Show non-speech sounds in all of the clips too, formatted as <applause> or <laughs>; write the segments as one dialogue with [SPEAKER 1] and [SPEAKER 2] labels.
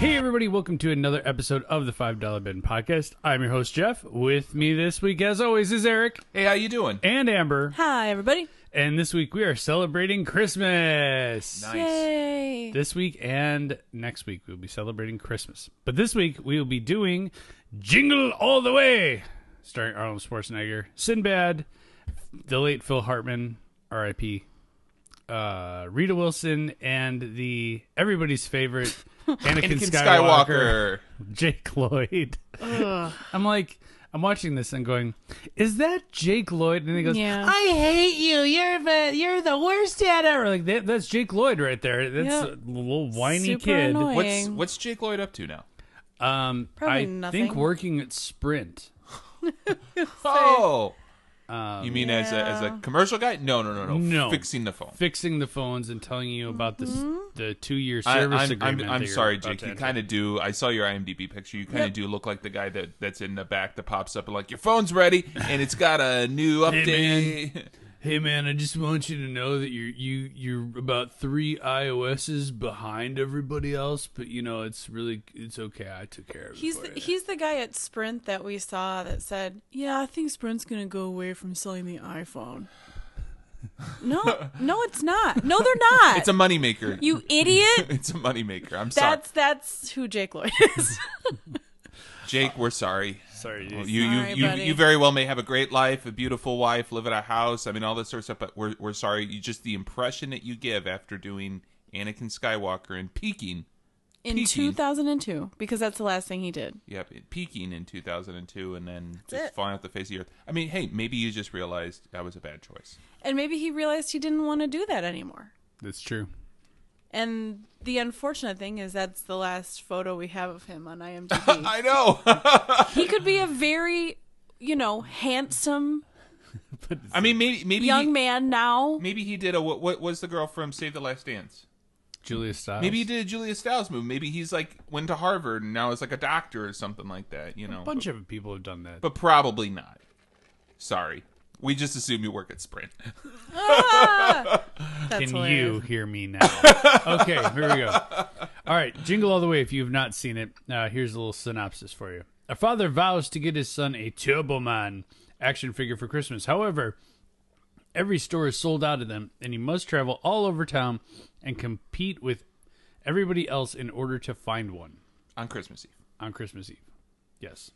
[SPEAKER 1] Hey, everybody, welcome to another episode of the $5 Bin Podcast. I'm your host, Jeff. With me this week, as always, is Eric
[SPEAKER 2] Hey, how you doing?
[SPEAKER 1] and Amber.
[SPEAKER 3] Hi, everybody.
[SPEAKER 1] And this week, we are celebrating Christmas.
[SPEAKER 3] Yay.
[SPEAKER 1] This week and next week, we'll be celebrating Christmas. But this week, we will be doing Jingle All the Way, starring Arnold Schwarzenegger, Sinbad, the late Phil Hartman, RIP, uh, Rita Wilson, and the everybody's <laughs> favorite Anakin,
[SPEAKER 2] Anakin
[SPEAKER 1] Skywalker.
[SPEAKER 2] Skywalker.
[SPEAKER 1] Jake Lloyd. I'm like, I'm watching this and going, is that Jake Lloyd? And he goes,
[SPEAKER 3] Yeah.
[SPEAKER 1] I hate you. You're the you're the worst dad ever. Like that, that's Jake Lloyd right there. That's
[SPEAKER 3] Yep.
[SPEAKER 1] a little whiny
[SPEAKER 3] Super
[SPEAKER 1] kid.
[SPEAKER 3] annoying.
[SPEAKER 2] What's what's Jake Lloyd up to now?
[SPEAKER 1] Um,
[SPEAKER 3] Probably
[SPEAKER 1] I think
[SPEAKER 3] nothing.
[SPEAKER 1] working at Sprint.
[SPEAKER 2] Oh, you mean as a as a commercial guy? No, no, no, no.
[SPEAKER 1] Um, No.
[SPEAKER 2] fixing the phone.
[SPEAKER 1] Fixing the phones and telling you about this
[SPEAKER 3] Mm-hmm.
[SPEAKER 1] the two year
[SPEAKER 2] I,
[SPEAKER 1] service
[SPEAKER 2] am
[SPEAKER 1] agreement. that you're
[SPEAKER 2] sorry,
[SPEAKER 1] about
[SPEAKER 2] Jake.
[SPEAKER 1] to
[SPEAKER 2] You
[SPEAKER 1] enter.
[SPEAKER 2] kind of do. I saw your IMDb picture. You kind of do look like the guy that that's in the back that pops up and like your phone's ready and it's got a new update.
[SPEAKER 1] Hey, Hey man, I just want you to know that you're you you're about three iOSs behind everybody else, but you know it's really it's okay. I took care of it.
[SPEAKER 3] He's
[SPEAKER 1] for
[SPEAKER 3] the,
[SPEAKER 1] you.
[SPEAKER 3] he's the guy at Sprint that we saw that said, "Yeah, I think Sprint's gonna go away from selling the
[SPEAKER 2] <laughs>
[SPEAKER 3] iPhone." No, no, it's not. No, they're not.
[SPEAKER 2] It's a moneymaker.
[SPEAKER 3] you idiot.
[SPEAKER 2] It's a moneymaker. I'm <laughs> sorry,
[SPEAKER 3] That's that's who Jake Lloyd
[SPEAKER 2] <laughs>
[SPEAKER 3] is.
[SPEAKER 2] Jake. We're sorry.
[SPEAKER 1] sorry.
[SPEAKER 2] You
[SPEAKER 1] dude.
[SPEAKER 2] you,
[SPEAKER 3] Sorry,
[SPEAKER 2] you
[SPEAKER 3] buddy.
[SPEAKER 2] you very well may have a great life, a beautiful wife, live at a house. I mean, all this sort of stuff. But we're we're sorry. You just the impression that you give after doing Anakin Skywalker and peaking.
[SPEAKER 3] In
[SPEAKER 2] Peaking.
[SPEAKER 3] 2002, because that's the last thing he did.
[SPEAKER 2] Yep, it peaking in 2002, and then just
[SPEAKER 3] it.
[SPEAKER 2] falling off the face of the earth. I mean, hey, maybe you just realized that was a bad
[SPEAKER 3] <laughs>
[SPEAKER 2] choice.
[SPEAKER 3] And maybe he realized he didn't want to do that anymore.
[SPEAKER 1] That's true.
[SPEAKER 3] And the unfortunate thing is that's the last photo we have of him
[SPEAKER 2] <laughs>
[SPEAKER 3] on IMDb.
[SPEAKER 2] I know.
[SPEAKER 3] he could be a very, you know, handsome
[SPEAKER 2] I mean, maybe maybe
[SPEAKER 3] young
[SPEAKER 2] he,
[SPEAKER 3] man now.
[SPEAKER 2] maybe he did a what, what was the girl from Save the Last Dance?
[SPEAKER 1] Julia Stiles.
[SPEAKER 2] Maybe he did a Julia Stiles movie. Maybe he's like went to Harvard and now is like a doctor or something like that. You know,
[SPEAKER 1] a bunch of people have done that.
[SPEAKER 2] but probably not. Sorry, we just assume you work at Sprint. <laughs>
[SPEAKER 3] That's
[SPEAKER 1] Can
[SPEAKER 3] hilarious.
[SPEAKER 1] you hear me
[SPEAKER 3] <laughs>
[SPEAKER 1] now? okay, here we go. All right, Jingle All the Way. If you've not seen it, uh, here's a little synopsis for you. A father vows to get his son a Turbo Man action figure for Christmas. However, every store is sold out of them, and he must travel all over town and compete with everybody else in order to find one
[SPEAKER 2] on Christmas Eve.
[SPEAKER 1] on Christmas Eve. Yes.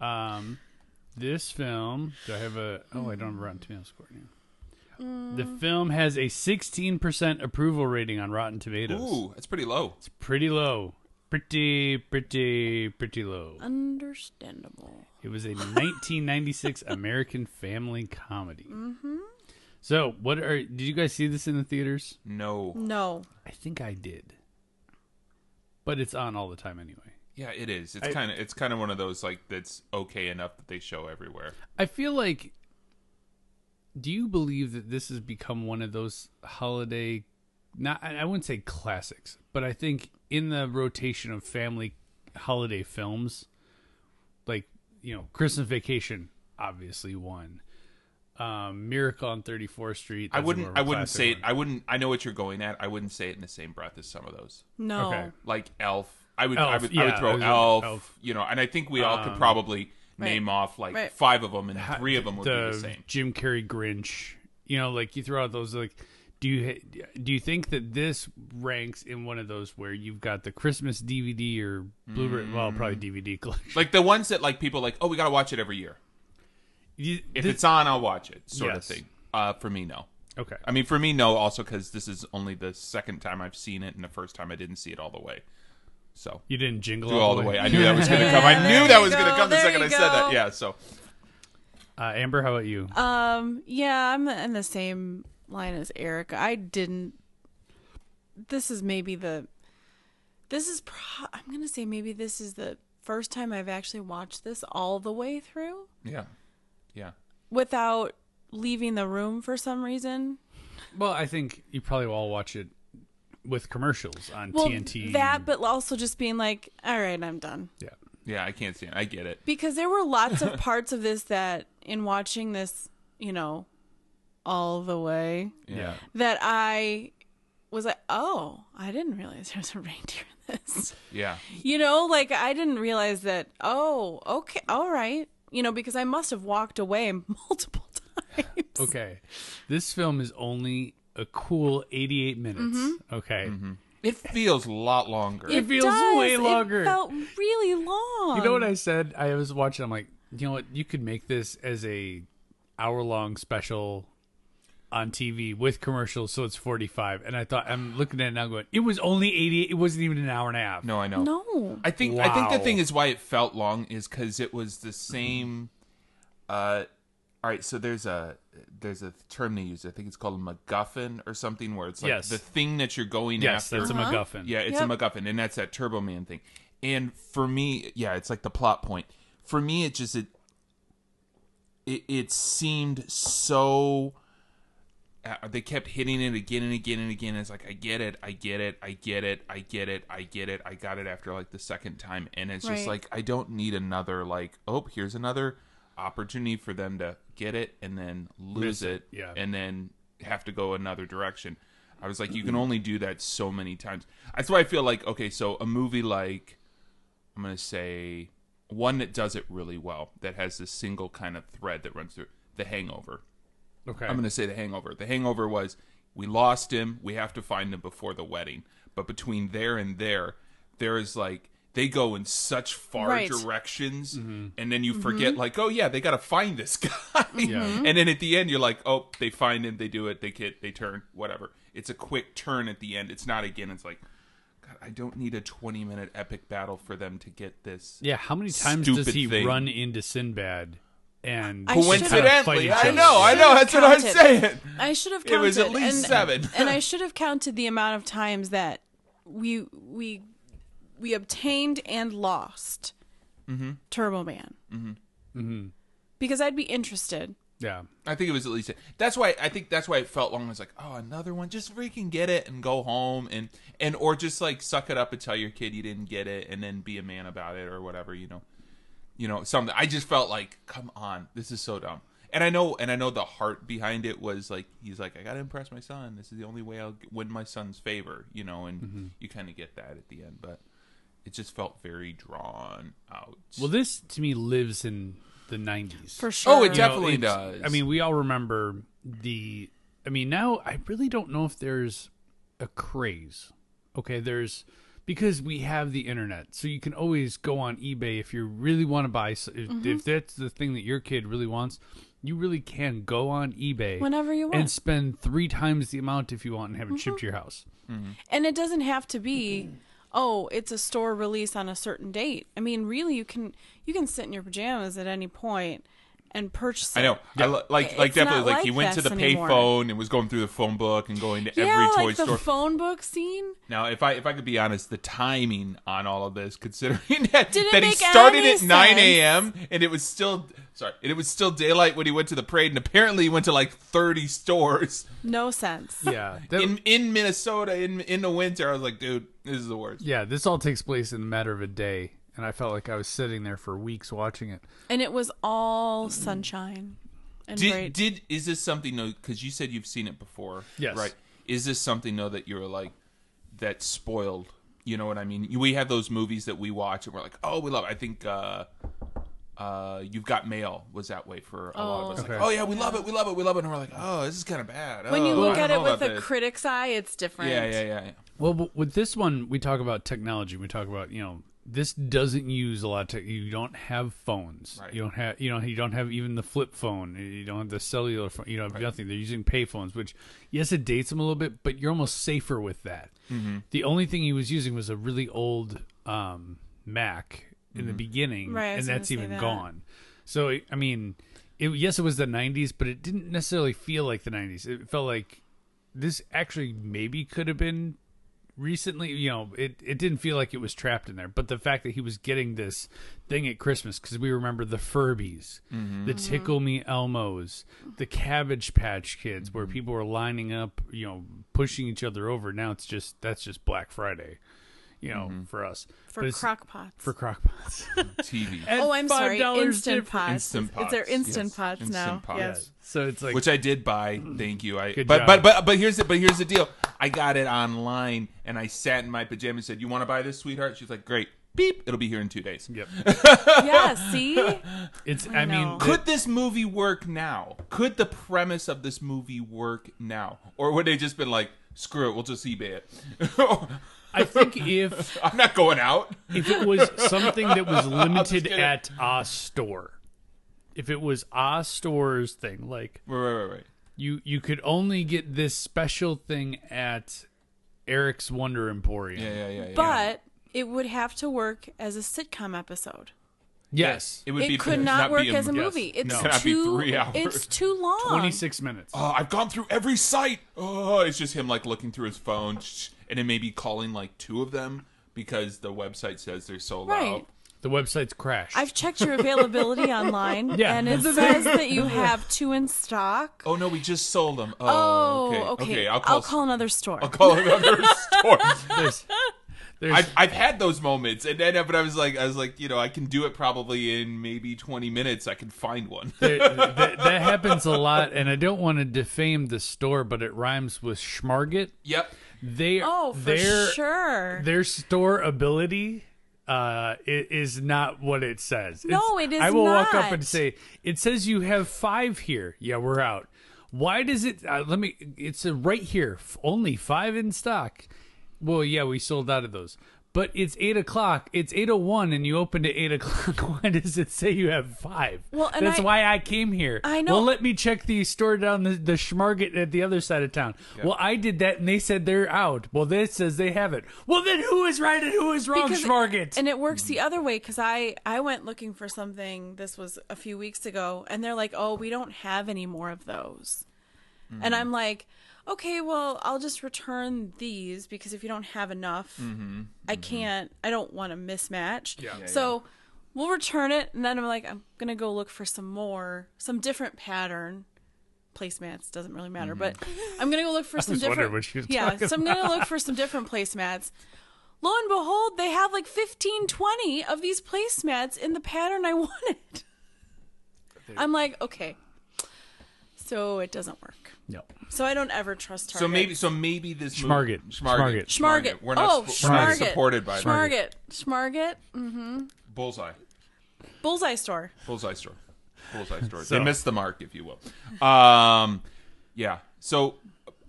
[SPEAKER 1] um, this film. Do I have a? Oh, I don't have a Rotten Tomatoes score now. The film has a 16% approval rating on Rotten Tomatoes.
[SPEAKER 2] Ooh, that's pretty low.
[SPEAKER 1] It's pretty low. Pretty, pretty, pretty low.
[SPEAKER 3] Understandable.
[SPEAKER 1] It was a 1996 American family comedy. Mm-hmm. So, what are? Did you guys see this in the theaters?
[SPEAKER 2] No.
[SPEAKER 3] No.
[SPEAKER 1] I think I did. But it's on all the time anyway.
[SPEAKER 2] Yeah, it is. It's
[SPEAKER 1] I-
[SPEAKER 2] kind of it's kind of one of those like that's okay enough that they show everywhere.
[SPEAKER 1] I feel like. Do you believe that this has become one of those holiday, not I I wouldn't say classics, but I think in the rotation of family holiday films, like you know Christmas Vacation, obviously one, um, Miracle on Thirty Fourth Street.
[SPEAKER 2] I
[SPEAKER 1] that's
[SPEAKER 2] wouldn't.
[SPEAKER 1] more of a
[SPEAKER 2] I wouldn't
[SPEAKER 1] classic
[SPEAKER 2] say it.
[SPEAKER 1] one.
[SPEAKER 2] I wouldn't. I know what you're going at. I wouldn't say it in the same breath as some of those,
[SPEAKER 3] No.
[SPEAKER 1] Okay.
[SPEAKER 2] like Elf. I would. I
[SPEAKER 1] Elf,
[SPEAKER 2] would, I
[SPEAKER 1] yeah,
[SPEAKER 2] would throw
[SPEAKER 1] I was-
[SPEAKER 2] Elf,
[SPEAKER 1] Elf. Um,
[SPEAKER 2] You know, and I think we all could probably name off like
[SPEAKER 3] Right.
[SPEAKER 2] five of them, and three of them would
[SPEAKER 1] the,
[SPEAKER 2] be the same.
[SPEAKER 1] Jim Carrey Grinch. You know, like you throw out those like. Do you do you think that this ranks in one of those where you've got the Christmas DVD or Blu-ray? Well,
[SPEAKER 2] Mm.
[SPEAKER 1] probably DVD collection. <laughs>
[SPEAKER 2] Like the ones that like people like. Oh, we gotta watch it every year.
[SPEAKER 1] You-
[SPEAKER 2] If
[SPEAKER 1] this-
[SPEAKER 2] it's on, I'll watch it. Sort
[SPEAKER 1] Yes.
[SPEAKER 2] of thing. Uh, for me, no.
[SPEAKER 1] okay,
[SPEAKER 2] I mean, for me, no. Also, because this is only the second time I've seen it, and the first time I didn't see it all the way. So
[SPEAKER 1] you didn't jingle
[SPEAKER 2] do all the way. I knew that was
[SPEAKER 3] Yeah,
[SPEAKER 2] gonna come. I
[SPEAKER 3] <laughs> there
[SPEAKER 2] knew that
[SPEAKER 3] you
[SPEAKER 2] was gonna
[SPEAKER 3] go,
[SPEAKER 2] come the
[SPEAKER 3] there
[SPEAKER 2] second I
[SPEAKER 3] you
[SPEAKER 2] said that.
[SPEAKER 3] go.
[SPEAKER 2] Yeah. So
[SPEAKER 1] Uh, Amber, how about you?
[SPEAKER 3] Um. Yeah, I'm in the same line as Eric. I didn't. This is maybe the. This is. Pro- I'm gonna say maybe this is the first time I've actually watched this all the way through
[SPEAKER 2] yeah, yeah.
[SPEAKER 3] without leaving the room for some reason.
[SPEAKER 1] well, I think you probably all watch it with commercials on
[SPEAKER 3] Well,
[SPEAKER 1] TNT.
[SPEAKER 3] that, but also just being like, all right, I'm done.
[SPEAKER 1] yeah,
[SPEAKER 2] Yeah, I can't stand. it. I get it.
[SPEAKER 1] <laughs>
[SPEAKER 3] Because there were lots of parts of this that, in watching this you know, all the way
[SPEAKER 1] Yeah.
[SPEAKER 3] that I was like, oh, I didn't realize there's a reindeer in this.
[SPEAKER 2] Yeah.
[SPEAKER 3] You know, like I didn't realize that, oh, okay, all right. You know, because I must have walked away <laughs> multiple times.
[SPEAKER 1] Okay. This film is only a cool 88 minutes.
[SPEAKER 3] Mm-hmm.
[SPEAKER 1] Okay.
[SPEAKER 2] Mm-hmm. It feels a lot longer.
[SPEAKER 1] It feels way longer.
[SPEAKER 3] It felt really long.
[SPEAKER 1] You know what I said? I was watching. I'm like, you know what? You could make this as a hour long special on TV with commercials, so it's 45. And I thought I'm looking at it now, going, it was only 88. It wasn't even an hour and a half.
[SPEAKER 2] no, I know.
[SPEAKER 3] No.
[SPEAKER 2] I think I think the
[SPEAKER 1] Wow.
[SPEAKER 2] thing is why it felt long is because it was the same. Uh, all right, so there's a there's a term they use. I think it's called a MacGuffin or something, where it's like
[SPEAKER 1] Yes.
[SPEAKER 2] the thing that you're going
[SPEAKER 1] Yes,
[SPEAKER 2] after.
[SPEAKER 1] that's
[SPEAKER 3] Uh-huh.
[SPEAKER 1] a MacGuffin.
[SPEAKER 2] Yeah, it's a
[SPEAKER 3] Yep.
[SPEAKER 2] MacGuffin, and that's that Turbo Man thing. And for me, yeah, it's like the plot point. For me, it just it it, it seemed so. Uh, they kept hitting it again and again and again. It's like I get it, I get it, I get it, I get it, I get it. I got it after like the second time, and it's just
[SPEAKER 3] Right.
[SPEAKER 2] like I don't need another like. Oh, here's another opportunity for them to get it and then
[SPEAKER 1] Miss
[SPEAKER 2] lose
[SPEAKER 1] it,
[SPEAKER 2] it,
[SPEAKER 1] yeah.
[SPEAKER 2] and then have to go another direction. I was like, you can
[SPEAKER 1] Mm-hmm.
[SPEAKER 2] only do that so many times. That's why I feel like okay, so a movie like I'm gonna say one that does it really well, that has this single kind of thread that runs through it, The Hangover.
[SPEAKER 1] Okay.
[SPEAKER 2] I'm gonna say The Hangover. The Hangover was we lost him, we have to find him before the wedding. But between there and there, there is like they go in such far
[SPEAKER 3] Right.
[SPEAKER 2] directions and then you forget like, oh yeah, they gotta find this <laughs> guy.
[SPEAKER 1] Mhm.
[SPEAKER 2] And then at the end you're like, oh, they find him, they do it, they get they turn, whatever. It's a quick turn at the end. It's not again, it's like God, I don't need a 20 minute epic battle for them to get this.
[SPEAKER 1] yeah. How many times
[SPEAKER 2] Stupid
[SPEAKER 1] does he
[SPEAKER 2] thing.
[SPEAKER 1] run into Sinbad? And
[SPEAKER 3] I should've-
[SPEAKER 2] Coincidentally,
[SPEAKER 1] Kinda fight
[SPEAKER 2] I
[SPEAKER 1] each
[SPEAKER 2] know, I
[SPEAKER 1] other.
[SPEAKER 2] know. That's what I'm
[SPEAKER 3] Counted.
[SPEAKER 2] saying.
[SPEAKER 3] I should have
[SPEAKER 2] It
[SPEAKER 3] counted.
[SPEAKER 2] was at least
[SPEAKER 3] and,
[SPEAKER 2] seven.
[SPEAKER 3] and I should have counted the amount of times that we we we obtained and lost Turbo Man. Mm-hmm. Mm-hmm. Because I'd be interested.
[SPEAKER 1] yeah.
[SPEAKER 2] I think it was at least. That's why I think that's why it felt long. I was like, oh, another one. Just freaking get it and go home, and and or just like suck it up and tell your kid you didn't get it, and then be a man about it or whatever. You know, you know something. I just felt like, come on, this is so dumb. And I know, and I know the heart behind it was like he's like, I gotta impress my son. This is the only way I'll g- win my son's favor. You know, and you kind of get that at the end, but it just felt very drawn out.
[SPEAKER 1] Well, this to me lives in the 90s.
[SPEAKER 3] For sure.
[SPEAKER 2] oh, it
[SPEAKER 1] You know,
[SPEAKER 2] definitely
[SPEAKER 1] it's-
[SPEAKER 2] does.
[SPEAKER 1] I mean, we all remember the. I mean, now I really don't know if there's a craze. Okay, there's because we have the internet, so you can always go on eBay if you really want to buy. s- If,
[SPEAKER 3] Mm-hmm.
[SPEAKER 1] if that's the thing that your kid really wants, you really can go on eBay
[SPEAKER 3] Whenever you
[SPEAKER 1] and
[SPEAKER 3] want. Mm-hmm.
[SPEAKER 1] spend three times the amount if you want and have it shipped to your house.
[SPEAKER 3] And it doesn't have to be, oh, it's a store release on a certain date. I mean, really, you can you can sit in your pajamas at any point and purchase.
[SPEAKER 2] I know.
[SPEAKER 3] it.
[SPEAKER 2] I lo- like like
[SPEAKER 3] It's
[SPEAKER 2] definitely
[SPEAKER 3] not
[SPEAKER 2] like, he
[SPEAKER 3] like
[SPEAKER 2] went to the
[SPEAKER 3] this anymore.
[SPEAKER 2] payphone and was going through the phone book and going to
[SPEAKER 3] Yeah,
[SPEAKER 2] every toy
[SPEAKER 3] like the
[SPEAKER 2] store.
[SPEAKER 3] phone book scene.
[SPEAKER 2] now, if I if I could be honest, the timing on all of this, considering <laughs> that,
[SPEAKER 3] Didn't
[SPEAKER 2] that he
[SPEAKER 3] make
[SPEAKER 2] started
[SPEAKER 3] any
[SPEAKER 2] at nine
[SPEAKER 3] sense.
[SPEAKER 2] a.m. and it was still sorry, and it was still daylight when he went to the parade, and apparently he went to like thirty stores
[SPEAKER 3] No sense.
[SPEAKER 1] Yeah, <laughs> that-
[SPEAKER 2] in in Minnesota in in the winter. I was like, dude, this is the worst.
[SPEAKER 1] yeah. This all takes place in a matter of a day, and I felt like I was sitting there for weeks watching it.
[SPEAKER 3] And it was all
[SPEAKER 1] Mm-hmm.
[SPEAKER 3] sunshine and
[SPEAKER 2] Did
[SPEAKER 3] great.
[SPEAKER 2] did is this something though? Because you said you've seen it before,
[SPEAKER 1] Yes.
[SPEAKER 2] Right? Is this something though that you're like that spoiled? You know what I mean? You- We have those movies that we watch and we're like, oh, we love. It. I think uh, uh, you've got mail was that way for a lot of us. Like,
[SPEAKER 1] Okay.
[SPEAKER 2] oh yeah, we love it, we love it, we love it, and we're like, oh, this is kind of bad.
[SPEAKER 3] when you
[SPEAKER 2] Oh, I
[SPEAKER 3] look
[SPEAKER 2] don't
[SPEAKER 3] at
[SPEAKER 2] know
[SPEAKER 3] it with
[SPEAKER 2] about
[SPEAKER 3] a
[SPEAKER 2] this.
[SPEAKER 3] critic's eye, it's different.
[SPEAKER 2] yeah, yeah, yeah, yeah.
[SPEAKER 1] Well, but with this one, we talk about technology. We talk about you know this doesn't use a lot of tech. You don't have phones.
[SPEAKER 2] Right.
[SPEAKER 1] You don't have you know you don't have even the flip phone. You don't have the cellular phone. You don't have nothing. They're using pay phones, which yes, it dates them a little bit, but you're almost safer with that. The only thing he was using was a really old um, Mac in the beginning,
[SPEAKER 3] Right, I
[SPEAKER 1] and
[SPEAKER 3] was gonna
[SPEAKER 1] that's
[SPEAKER 3] say
[SPEAKER 1] even
[SPEAKER 3] that.
[SPEAKER 1] gone. So I- I mean, it, yes, it was the '90s, but it didn't necessarily feel like the '90s. It felt like this actually maybe could have been recently you know it, it didn't feel like it was trapped in there but the fact that he was getting this thing at christmas because we remember the furbies the tickle me elmos the cabbage patch kids where people were lining up you know pushing each other over now it's just that's just black friday you know, for us. But
[SPEAKER 3] for
[SPEAKER 1] it's-
[SPEAKER 3] crock pots.
[SPEAKER 1] for crockpots.
[SPEAKER 2] TV.
[SPEAKER 3] <laughs> oh, I'm sorry,
[SPEAKER 1] $5
[SPEAKER 3] instant
[SPEAKER 1] different-
[SPEAKER 3] pots.
[SPEAKER 2] Instant
[SPEAKER 3] It's- They're
[SPEAKER 2] pots,
[SPEAKER 3] instant
[SPEAKER 2] yes.
[SPEAKER 3] pots now.
[SPEAKER 2] Instant pots.
[SPEAKER 1] Yeah.
[SPEAKER 3] Yes.
[SPEAKER 1] So it's like
[SPEAKER 2] which I did buy. Thank you. I
[SPEAKER 1] Good
[SPEAKER 2] but
[SPEAKER 1] job.
[SPEAKER 2] but but but here's the but here's the deal. I got it online and I sat in my pajamas and said, "You want to buy this, sweetheart?" She's like, "Great." Beep. It'll be here in two days.
[SPEAKER 1] Yep.
[SPEAKER 3] yeah.
[SPEAKER 2] <laughs>
[SPEAKER 3] See.
[SPEAKER 1] It's I, mean
[SPEAKER 3] know.
[SPEAKER 1] the-
[SPEAKER 2] Could this movie work now? Could the premise of this movie work now, or would they just been like, "Screw it, <laughs> we'll just eBay it."
[SPEAKER 1] I think if
[SPEAKER 2] I'm not going out.
[SPEAKER 1] if it was something that
[SPEAKER 2] <laughs>
[SPEAKER 1] was limited
[SPEAKER 2] kidding.
[SPEAKER 1] at a store. If it was a store's thing, like
[SPEAKER 2] Right, right, right, right.
[SPEAKER 1] you you could only get this special thing at Eric's Wonder Emporium.
[SPEAKER 2] Yeah, yeah, yeah. yeah.
[SPEAKER 3] But it would have to work as a sitcom episode.
[SPEAKER 1] Yes.
[SPEAKER 2] it would be
[SPEAKER 3] it could
[SPEAKER 2] not
[SPEAKER 3] not,
[SPEAKER 2] be
[SPEAKER 3] work as a
[SPEAKER 1] yes.
[SPEAKER 3] movie. It's
[SPEAKER 2] No. Cannot be
[SPEAKER 3] too.
[SPEAKER 2] three hours.
[SPEAKER 3] It's too long.
[SPEAKER 1] 26 minutes.
[SPEAKER 2] uh, I've gone through every site. Oh, it's just him like looking through his phone shh, and then maybe calling like two of them because the website says they're so
[SPEAKER 3] Right.
[SPEAKER 2] loud.
[SPEAKER 1] The website's crashed.
[SPEAKER 3] I've checked your
[SPEAKER 1] <laughs>
[SPEAKER 3] availability online,
[SPEAKER 1] Yeah.
[SPEAKER 3] and it says that
[SPEAKER 1] <laughs>
[SPEAKER 3] you have two in stock.
[SPEAKER 2] Oh no, we just sold them.
[SPEAKER 3] Oh,
[SPEAKER 2] Oh,
[SPEAKER 3] okay.
[SPEAKER 2] okay. I'll
[SPEAKER 3] I'll,
[SPEAKER 2] call.
[SPEAKER 3] call another store.
[SPEAKER 2] I'll call
[SPEAKER 3] <laughs>
[SPEAKER 2] another store.
[SPEAKER 1] there's, there's,
[SPEAKER 2] I've, I've had those moments, and then but I was like, I was like, you know, I can do it probably in maybe twenty minutes. I can find one. <laughs>
[SPEAKER 1] there- that, that happens a lot, and I don't want to defame the store, but it rhymes with Schmargit.
[SPEAKER 2] yep.
[SPEAKER 1] They,
[SPEAKER 3] oh, for
[SPEAKER 1] their,
[SPEAKER 3] sure.
[SPEAKER 1] Their store ability uh, i- is not what it says.
[SPEAKER 3] No,
[SPEAKER 1] It's-
[SPEAKER 3] it is
[SPEAKER 1] I will walk up
[SPEAKER 3] not.
[SPEAKER 1] and say, it says you have five here. Yeah, we're out. Why does it? Uh, let me. It's a right here. f- Only five in stock. Well, yeah, we sold out of those. But it's eight o'clock. It's eight o one, and you opened at eight o'clock. <laughs> Why does it say you have five?
[SPEAKER 3] Well, and
[SPEAKER 1] that's
[SPEAKER 3] I-
[SPEAKER 1] why I came here.
[SPEAKER 3] I know.
[SPEAKER 1] Well, let me check the store down the the Schmarget at the other side of town. Well, I did that, and they said they're out. Well, this says they have it. Well, then who is right and who is wrong,
[SPEAKER 3] Because-
[SPEAKER 1] Schmarget?
[SPEAKER 3] And it works the other way because I I went looking for something. This was a few weeks ago, and they're like, "Oh, we don't have any more of those."
[SPEAKER 1] Mm-hmm.
[SPEAKER 3] And I'm like, "Okay, well, I'll just return these because if you don't have enough, I can't. I don't want a mismatch.
[SPEAKER 1] Mm-hmm. Yeah. Yeah,
[SPEAKER 3] so we'll return it, and then I'm like, I'm gonna go look for some more, some different pattern." placemats doesn't really matter but <laughs> i'm gonna go look for some
[SPEAKER 1] Mm-hmm. was wondering
[SPEAKER 3] different
[SPEAKER 1] what she was
[SPEAKER 3] yeah
[SPEAKER 1] talking
[SPEAKER 3] so i'm gonna look for some different placemats lo and behold, they have like 15, 20 of these placemats in the pattern I <laughs> wanted. I'm like, okay. So it doesn't work.
[SPEAKER 1] no,
[SPEAKER 3] So I don't ever trust Target.
[SPEAKER 2] So maybe, so maybe this mo-
[SPEAKER 1] Schmarget. Schmarget.
[SPEAKER 2] Schmarget,
[SPEAKER 3] Schmarget.
[SPEAKER 2] We're not,
[SPEAKER 3] oh,
[SPEAKER 2] sp- we're not
[SPEAKER 3] Schmarget.
[SPEAKER 2] supported by them.
[SPEAKER 3] Schmarget. Schmarget.
[SPEAKER 2] Bullseye,
[SPEAKER 3] Bullseye store.
[SPEAKER 2] bullseye store, bullseye store.
[SPEAKER 1] So-
[SPEAKER 2] They missed the mark, if you will. Um, yeah. So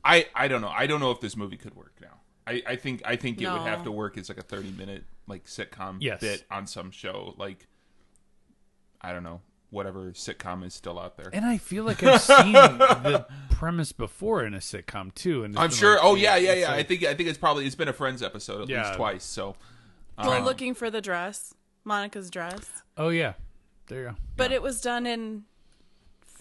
[SPEAKER 2] I, I don't know. I don't know if this movie could work now. I, I think, I think it
[SPEAKER 3] No.
[SPEAKER 2] would have to work as like a thirty-minute like sitcom
[SPEAKER 1] Yes.
[SPEAKER 2] bit on some show. Like, I don't know, whatever sitcom is still out there.
[SPEAKER 1] and I feel like I've
[SPEAKER 2] <laughs>
[SPEAKER 1] seen the premise before in a sitcom too. And it's
[SPEAKER 2] I'm
[SPEAKER 1] been
[SPEAKER 2] sure.
[SPEAKER 1] like,
[SPEAKER 2] Oh yeah, yeah,
[SPEAKER 1] it's
[SPEAKER 2] yeah. I
[SPEAKER 1] like-
[SPEAKER 2] think, I think it's probably it's been a Friends episode at
[SPEAKER 1] Yeah.
[SPEAKER 2] least twice. So. Oh.
[SPEAKER 3] Well, looking for the dress, Monica's dress.
[SPEAKER 1] oh yeah, there you go.
[SPEAKER 3] But it was done in,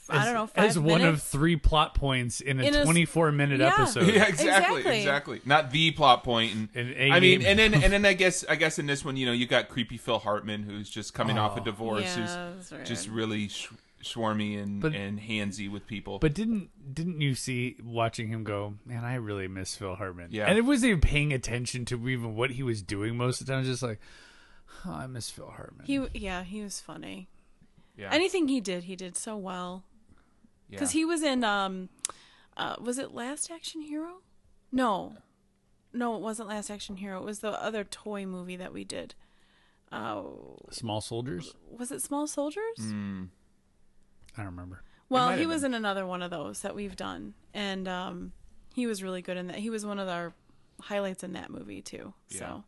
[SPEAKER 3] I don't know, five
[SPEAKER 1] as one of
[SPEAKER 3] minutes.
[SPEAKER 1] three plot points in a
[SPEAKER 3] In a s-
[SPEAKER 1] 24 minute
[SPEAKER 3] Yeah.
[SPEAKER 1] episode. <laughs>
[SPEAKER 2] <laughs> Yeah, exactly,
[SPEAKER 3] Exactly.
[SPEAKER 2] exactly, Not the plot point. And,
[SPEAKER 1] And a
[SPEAKER 2] I mean,
[SPEAKER 1] meme.
[SPEAKER 2] and then
[SPEAKER 1] <laughs>
[SPEAKER 2] and then I guess I guess in this one, you know, you got creepy Phil Hartman who's just coming
[SPEAKER 1] Oh.
[SPEAKER 2] off a divorce,
[SPEAKER 3] Yeah,
[SPEAKER 2] who's
[SPEAKER 3] that's right.
[SPEAKER 2] just really sh- swarmy and
[SPEAKER 1] But-
[SPEAKER 2] and handsy with people.
[SPEAKER 1] But didn't didn't you see watching him go? Man, I really miss Phil Hartman.
[SPEAKER 2] Yeah.
[SPEAKER 1] and it wasn't even paying attention to even what he was doing most of the time. It was just like, oh, I miss Phil Hartman.
[SPEAKER 3] He, yeah, he was funny.
[SPEAKER 2] yeah,
[SPEAKER 3] Anything he did, he did so well.
[SPEAKER 2] yeah.
[SPEAKER 3] because he was in um uh was it last action hero no no it wasn't last action hero it was the other toy movie that we did uh
[SPEAKER 1] Small soldiers.
[SPEAKER 3] was it small soldiers
[SPEAKER 1] I don't remember.
[SPEAKER 3] well
[SPEAKER 2] Mm, might
[SPEAKER 3] he
[SPEAKER 2] have
[SPEAKER 3] was in another one of those that we've done and um he was really good in that he was one of our highlights in that movie too so